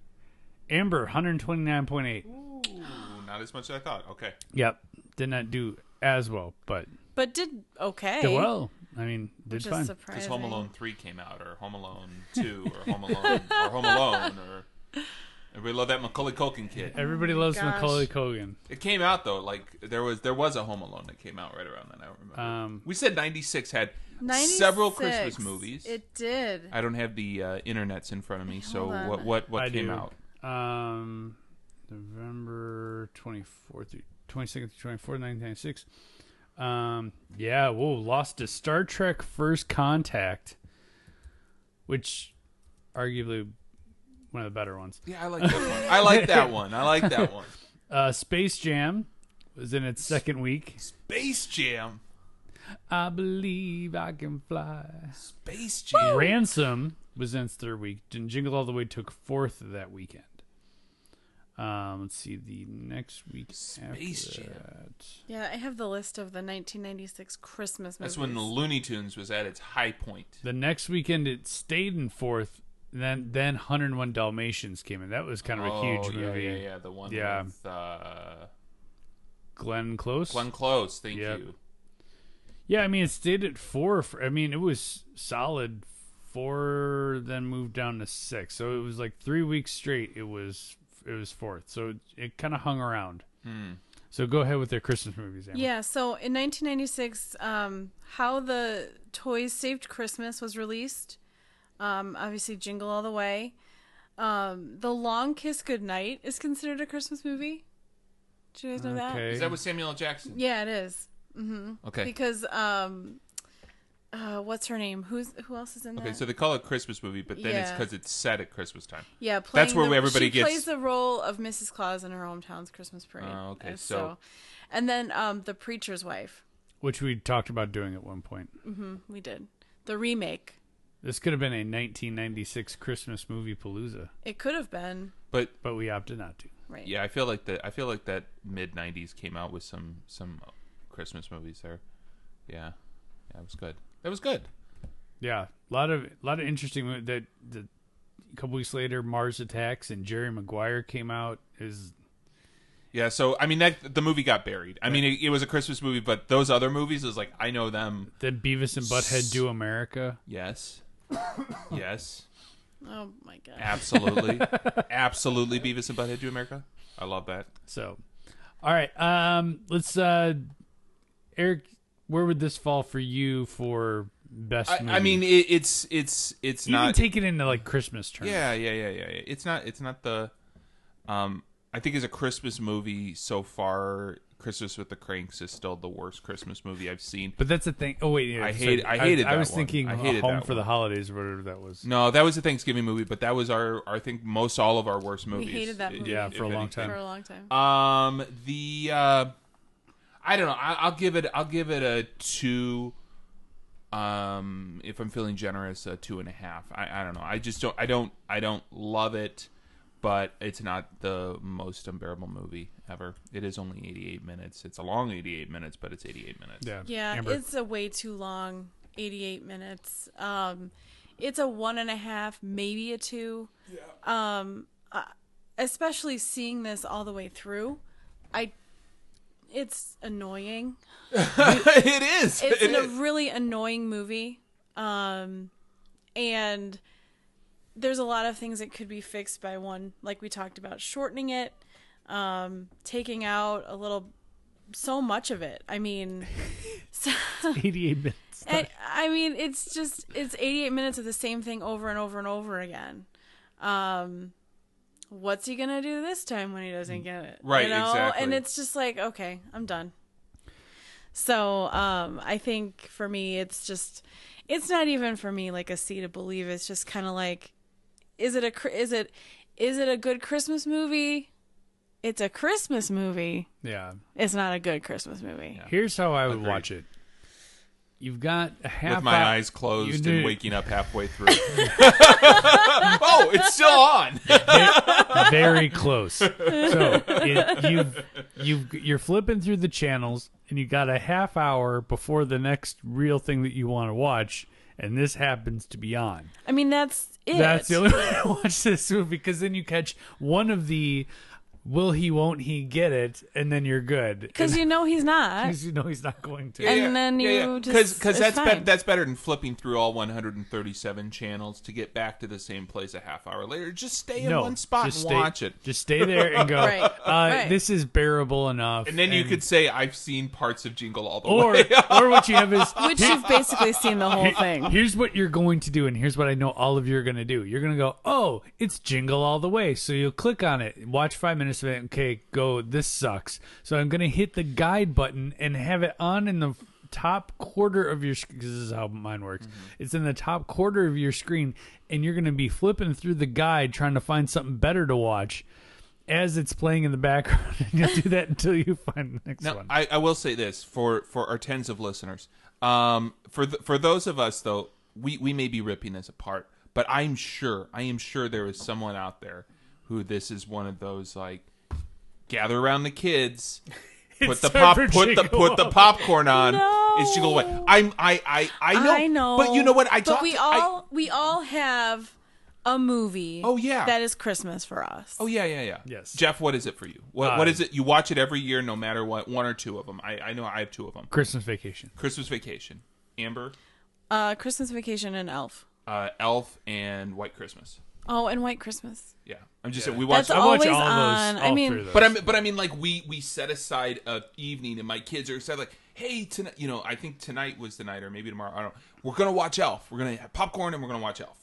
[SPEAKER 1] Amber, 129.8.
[SPEAKER 2] Ooh, not as much as I thought. Okay.
[SPEAKER 1] Yep. Did not do as well, but
[SPEAKER 3] But did okay.
[SPEAKER 1] did well. I mean, did
[SPEAKER 3] Just
[SPEAKER 1] fine.
[SPEAKER 2] Because
[SPEAKER 3] surprising.
[SPEAKER 2] Home Alone 3 came out, or Home Alone 2, or Home Alone, or Home Alone, or Everybody love that Macaulay Culkin kid.
[SPEAKER 1] Everybody loves
[SPEAKER 3] gosh.
[SPEAKER 1] Macaulay Culkin.
[SPEAKER 2] It came out though, like there was there was a Home Alone that came out right around then. I don't remember.
[SPEAKER 1] Um,
[SPEAKER 2] we said '96 had several Christmas
[SPEAKER 3] 96.
[SPEAKER 2] movies.
[SPEAKER 3] It did.
[SPEAKER 2] I don't have the uh, internets in front of me, so
[SPEAKER 3] Hold on.
[SPEAKER 2] what what what
[SPEAKER 1] I
[SPEAKER 2] came
[SPEAKER 1] do.
[SPEAKER 2] out?
[SPEAKER 1] Um, November 24th, through- 22nd through 24th, 1996. Um, yeah, whoa, lost to Star Trek First Contact, which arguably one of the better ones.
[SPEAKER 2] Yeah, I like that one. I like that one. I like
[SPEAKER 1] <laughs>
[SPEAKER 2] that one.
[SPEAKER 1] Uh, Space Jam was in its second week.
[SPEAKER 2] Space Jam.
[SPEAKER 1] I believe I can fly.
[SPEAKER 2] Space Jam.
[SPEAKER 1] Ransom was in its third week. And Jingle All the Way took fourth that weekend. Um, let's see the next week.
[SPEAKER 2] Space
[SPEAKER 1] after
[SPEAKER 2] Jam.
[SPEAKER 1] that.
[SPEAKER 3] yeah, I have the list of the 1996 Christmas movies.
[SPEAKER 2] That's when the Looney Tunes was at its high point.
[SPEAKER 1] The next weekend it stayed in fourth. Then then 101 Dalmatians came in. That was kind of a huge
[SPEAKER 2] Oh, yeah,
[SPEAKER 1] movie.
[SPEAKER 2] Yeah, yeah, the one
[SPEAKER 1] Yeah.
[SPEAKER 2] with uh,
[SPEAKER 1] Glenn Close.
[SPEAKER 2] Glenn Close. Thank
[SPEAKER 1] Yep.
[SPEAKER 2] you.
[SPEAKER 1] Yeah, I mean it stayed at four. For, I mean it was solid four, then moved down to six. So it was like three weeks straight. It was it was fourth. So it, it kind of hung around.
[SPEAKER 2] Hmm.
[SPEAKER 1] So go ahead with their Christmas movies. Amber.
[SPEAKER 3] Yeah, so in 1996, um, How the Toys Saved Christmas was released. Um, obviously, Jingle All the Way. Um, the Long Kiss Goodnight is considered a Christmas movie. Did you guys know
[SPEAKER 1] Okay.
[SPEAKER 2] Is that with Samuel L. Jackson?
[SPEAKER 3] that? Yeah, it is.
[SPEAKER 2] Okay.
[SPEAKER 3] Because, um, uh, what's her name? Who's Who else is in that?
[SPEAKER 2] Okay, so they call it Christmas movie, but then it's
[SPEAKER 3] Yeah.
[SPEAKER 2] because it's set at Christmas time.
[SPEAKER 3] yeah, playing
[SPEAKER 2] where
[SPEAKER 3] the-
[SPEAKER 2] everybody
[SPEAKER 3] she
[SPEAKER 2] gets-
[SPEAKER 3] plays the role of Mrs. Claus in her hometown's Christmas parade.
[SPEAKER 2] Oh, okay,
[SPEAKER 3] Uh,
[SPEAKER 2] so-
[SPEAKER 3] And then um, The Preacher's Wife.
[SPEAKER 1] Which we talked about doing at one point.
[SPEAKER 3] We did. The remake.
[SPEAKER 1] This could have been a 1996 Christmas movie palooza,
[SPEAKER 3] It could have been.
[SPEAKER 2] But
[SPEAKER 1] but we opted not to.
[SPEAKER 3] Right.
[SPEAKER 2] yeah, I feel like that. I feel like that mid '90s came out with some some Christmas movies there. Yeah, yeah, it was good. That was good.
[SPEAKER 1] Yeah, a lot of lot of interesting mo- that that a couple weeks later Mars Attacks and Jerry Maguire came out is
[SPEAKER 2] Yeah, so I mean, that the movie got buried. I mean, it, it was a Christmas movie, but those other movies is like I know them.
[SPEAKER 1] then Beavis and Butthead Do America.
[SPEAKER 2] Yes, <coughs> yes,
[SPEAKER 3] Oh my god.
[SPEAKER 2] absolutely, <laughs> absolutely. Beavis and Butthead do America. I love that.
[SPEAKER 1] So all right, um let's uh Eric where would this fall for you for best
[SPEAKER 2] I,
[SPEAKER 1] movie?
[SPEAKER 2] I mean, it, it's it's it's
[SPEAKER 1] you can
[SPEAKER 2] not.
[SPEAKER 1] take it into like Christmas terms.
[SPEAKER 2] yeah, yeah, yeah, yeah, yeah. It's not it's not the. Um, I think as a Christmas movie so far, Christmas with the Cranks is still the worst Christmas movie I've seen.
[SPEAKER 1] But that's the thing. Oh wait, yeah,
[SPEAKER 2] I
[SPEAKER 1] so
[SPEAKER 2] hate- I hated
[SPEAKER 1] I,
[SPEAKER 2] that
[SPEAKER 1] was
[SPEAKER 2] one.
[SPEAKER 1] thinking
[SPEAKER 2] I
[SPEAKER 1] uh,
[SPEAKER 2] hated
[SPEAKER 1] Home
[SPEAKER 2] that
[SPEAKER 1] for the
[SPEAKER 2] one.
[SPEAKER 1] Holidays or whatever that was.
[SPEAKER 2] No, that was a Thanksgiving movie, but that was our, our I think most all of our worst movies.
[SPEAKER 3] hated that movie.
[SPEAKER 1] Yeah, for a
[SPEAKER 2] if
[SPEAKER 1] long
[SPEAKER 2] anything.
[SPEAKER 1] time.
[SPEAKER 3] for a long time.
[SPEAKER 2] Um, the uh, I don't know. I, I'll give it. I'll give it a two. Um, if I'm feeling generous, a two and a half. I, I don't know. I just don't. I don't. I don't love it, but it's not the most unbearable movie ever. It is only 88 minutes. It's a long 88 minutes, but it's 88 minutes.
[SPEAKER 1] Yeah.
[SPEAKER 3] yeah,
[SPEAKER 1] Amber.
[SPEAKER 3] it's a way too long. 88 minutes. Um, it's a one and a half, maybe a two. Yeah. Um, uh, especially seeing this all the way through, I. It's annoying.
[SPEAKER 2] <laughs> it is. <laughs>
[SPEAKER 3] It's
[SPEAKER 2] It
[SPEAKER 3] a
[SPEAKER 2] is.
[SPEAKER 3] really annoying movie. Um, and there's a lot of things that could be fixed by one, like we talked about, shortening it, um, taking out a little, so much of it.
[SPEAKER 2] <laughs>
[SPEAKER 3] I mean, so,
[SPEAKER 1] <laughs> 88 minutes.
[SPEAKER 3] I, I mean, it's just it's 88 minutes of the same thing over and over and over again. Um, what's he gonna do this time when he doesn't get it?
[SPEAKER 2] Right,
[SPEAKER 3] you know?
[SPEAKER 2] exactly.
[SPEAKER 3] And it's just like, okay, I'm done. So, um, I think for me, it's just, it's not even for me like a see to believe. It's just kind of like, is it a cr- is it is it a good Christmas movie? It's a Christmas movie.
[SPEAKER 1] Yeah.
[SPEAKER 3] It's not a good Christmas movie.
[SPEAKER 1] Here's how I would
[SPEAKER 2] Agreed.
[SPEAKER 1] watch it. You've got a half
[SPEAKER 2] With my
[SPEAKER 1] hou-
[SPEAKER 2] eyes closed
[SPEAKER 1] You
[SPEAKER 2] and
[SPEAKER 1] do-
[SPEAKER 2] waking up halfway
[SPEAKER 1] <laughs>
[SPEAKER 2] through. <laughs> oh, it's still on.
[SPEAKER 1] very
[SPEAKER 2] <laughs>
[SPEAKER 1] close. So it, you've you've you're flipping through the channels, and you got a half hour before the next real thing that you want to watch, and this happens to be on.
[SPEAKER 3] I mean, that's
[SPEAKER 1] <laughs>
[SPEAKER 3] it. <laughs>
[SPEAKER 1] That's the only way to watch this movie because then you catch one of the will he, won't he get it, and then you're good. <laughs>
[SPEAKER 3] because you know he's not.
[SPEAKER 1] Because you know he's not going to.
[SPEAKER 3] Yeah. And then you just-
[SPEAKER 2] because
[SPEAKER 3] it's
[SPEAKER 2] that's bet-
[SPEAKER 3] fine.
[SPEAKER 2] that's better than flipping through all 137 channels to get back to the same place a half hour later. Just stay in
[SPEAKER 1] no,
[SPEAKER 2] one spot and
[SPEAKER 1] just stay,
[SPEAKER 2] watch it,
[SPEAKER 1] Just stay there and go.
[SPEAKER 3] <laughs> Right,
[SPEAKER 1] uh,
[SPEAKER 3] right.
[SPEAKER 1] This is bearable enough.
[SPEAKER 2] and then you could say I've seen parts of Jingle All the <laughs>
[SPEAKER 1] or
[SPEAKER 2] Way.
[SPEAKER 1] or what you have is
[SPEAKER 3] Which you've basically seen the whole
[SPEAKER 1] Hey,
[SPEAKER 3] thing.
[SPEAKER 1] Here's what you're going to do, and here's what I know all of you are going to do. You're going to go, oh, it's Jingle All the Way. So you'll click on it, watch five minutes of it. Okay, go, this sucks. So I'm going to hit the guide button and have it on in the top quarter of your because this is how mine works
[SPEAKER 3] Mm-hmm.
[SPEAKER 1] it's in the top quarter of your screen and you're going to be flipping through the guide trying to find something better to watch as it's playing in the background <laughs> and you'll do that until you find the next
[SPEAKER 2] Now,
[SPEAKER 1] one
[SPEAKER 2] I, I will say this for for our tens of listeners. Um, for th- for those of us though, we we may be ripping this apart, but I'm sure I am sure there is someone out there who this is one of those like gather around the
[SPEAKER 3] <laughs>
[SPEAKER 2] kids. Put the
[SPEAKER 1] time
[SPEAKER 2] pop,
[SPEAKER 1] for
[SPEAKER 2] put the
[SPEAKER 1] Jingle
[SPEAKER 2] put the
[SPEAKER 1] All the
[SPEAKER 2] popcorn on.
[SPEAKER 3] No.
[SPEAKER 2] It's Jingle All the Way. I'm I I I know,
[SPEAKER 3] I know.
[SPEAKER 2] But you know what? I
[SPEAKER 3] But
[SPEAKER 2] talked.
[SPEAKER 3] we
[SPEAKER 2] I-
[SPEAKER 3] all we all have a movie.
[SPEAKER 2] Oh, yeah.
[SPEAKER 3] That is Christmas for us.
[SPEAKER 2] oh yeah, yeah, yeah.
[SPEAKER 1] Yes.
[SPEAKER 2] Jeff, what is it for you? What
[SPEAKER 3] Uh,
[SPEAKER 2] what is it? You watch it every year, no matter what. One or two of them. I I know I have two of them.
[SPEAKER 1] christmas vacation
[SPEAKER 2] Christmas Vacation, Amber,
[SPEAKER 3] Uh, Christmas Vacation and Elf.
[SPEAKER 2] uh, Elf, and White Christmas.
[SPEAKER 3] Oh, and White Christmas.
[SPEAKER 2] Yeah, I'm just saying we watch.
[SPEAKER 1] i
[SPEAKER 3] That's always
[SPEAKER 1] watch all
[SPEAKER 3] on.
[SPEAKER 1] those
[SPEAKER 3] I
[SPEAKER 1] all
[SPEAKER 3] mean,
[SPEAKER 1] three of those.
[SPEAKER 2] But I'm but I mean like we we set aside a evening and my kids are excited like hey tonight you know I think tonight was the night or maybe tomorrow I don't know. we're gonna watch Elf we're gonna have popcorn and we're gonna watch Elf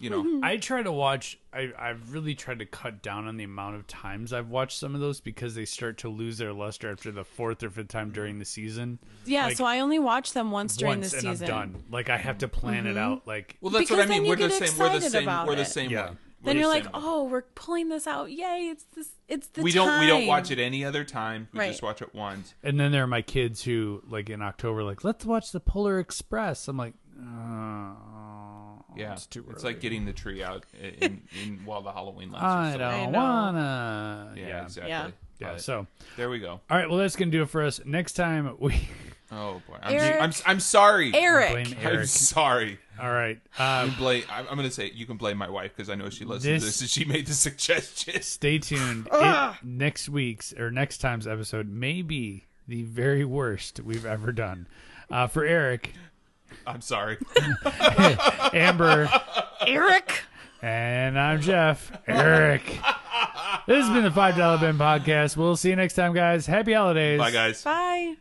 [SPEAKER 2] you know
[SPEAKER 3] Mm-hmm.
[SPEAKER 1] I try to watch. I, I've really tried to cut down on the amount of times I've watched some of those because they start to lose their luster after the fourth or fifth time during the season.
[SPEAKER 3] Yeah,
[SPEAKER 1] Like,
[SPEAKER 3] so I only watch them once during
[SPEAKER 1] Once
[SPEAKER 3] the
[SPEAKER 1] and
[SPEAKER 3] season. Mm-hmm.
[SPEAKER 1] I'm done. Like I have to plan it out. Like
[SPEAKER 2] well that's
[SPEAKER 3] Because
[SPEAKER 2] what I
[SPEAKER 3] then
[SPEAKER 2] mean
[SPEAKER 3] you
[SPEAKER 2] we're the
[SPEAKER 3] get
[SPEAKER 2] same we're the
[SPEAKER 3] excited
[SPEAKER 2] same
[SPEAKER 3] about
[SPEAKER 2] we're the
[SPEAKER 3] it.
[SPEAKER 2] same
[SPEAKER 1] Yeah.
[SPEAKER 2] way We're
[SPEAKER 3] Then
[SPEAKER 2] the
[SPEAKER 3] you're
[SPEAKER 2] same
[SPEAKER 3] like,
[SPEAKER 2] way.
[SPEAKER 3] oh, we're pulling this out. Yay! It's this. It's the
[SPEAKER 2] we don't we don't
[SPEAKER 3] time."
[SPEAKER 2] watch it any other time we
[SPEAKER 3] Right.
[SPEAKER 2] just watch it once
[SPEAKER 1] and then there are my kids who like in October like let's watch the Polar Express. I'm like, oh,
[SPEAKER 2] yeah
[SPEAKER 1] it's too early.
[SPEAKER 2] like getting the tree out
[SPEAKER 3] <laughs>
[SPEAKER 2] in, in while the Halloween lights are
[SPEAKER 1] I
[SPEAKER 2] still
[SPEAKER 1] don't
[SPEAKER 3] I know.
[SPEAKER 1] wanna.
[SPEAKER 2] yeah,
[SPEAKER 1] yeah.
[SPEAKER 2] exactly
[SPEAKER 3] Yeah.
[SPEAKER 1] Yeah,
[SPEAKER 2] But
[SPEAKER 1] so
[SPEAKER 2] there we go
[SPEAKER 1] all right, well that's gonna do it for us. Next time we <laughs>
[SPEAKER 2] oh boy I'm
[SPEAKER 3] Eric-
[SPEAKER 2] I'm, I'm sorry
[SPEAKER 1] blame
[SPEAKER 3] Eric.
[SPEAKER 2] I'm
[SPEAKER 1] Eric.
[SPEAKER 2] sorry.
[SPEAKER 1] All right. Uh,
[SPEAKER 2] You blame. I'm, I'm going to say you can blame my wife because I know she listens to
[SPEAKER 1] This-
[SPEAKER 2] this and she made the <laughs> suggestion.
[SPEAKER 1] stay tuned. It- next week's or next time's episode may be the very worst we've ever done. Uh, for Eric,
[SPEAKER 2] I'm sorry.
[SPEAKER 1] Amber,
[SPEAKER 3] Eric. <laughs>
[SPEAKER 1] and I'm Jeff. Eric. This has been the $5 Ben Podcast. We'll see you next time, guys. Happy holidays.
[SPEAKER 2] Bye, guys.
[SPEAKER 3] Bye.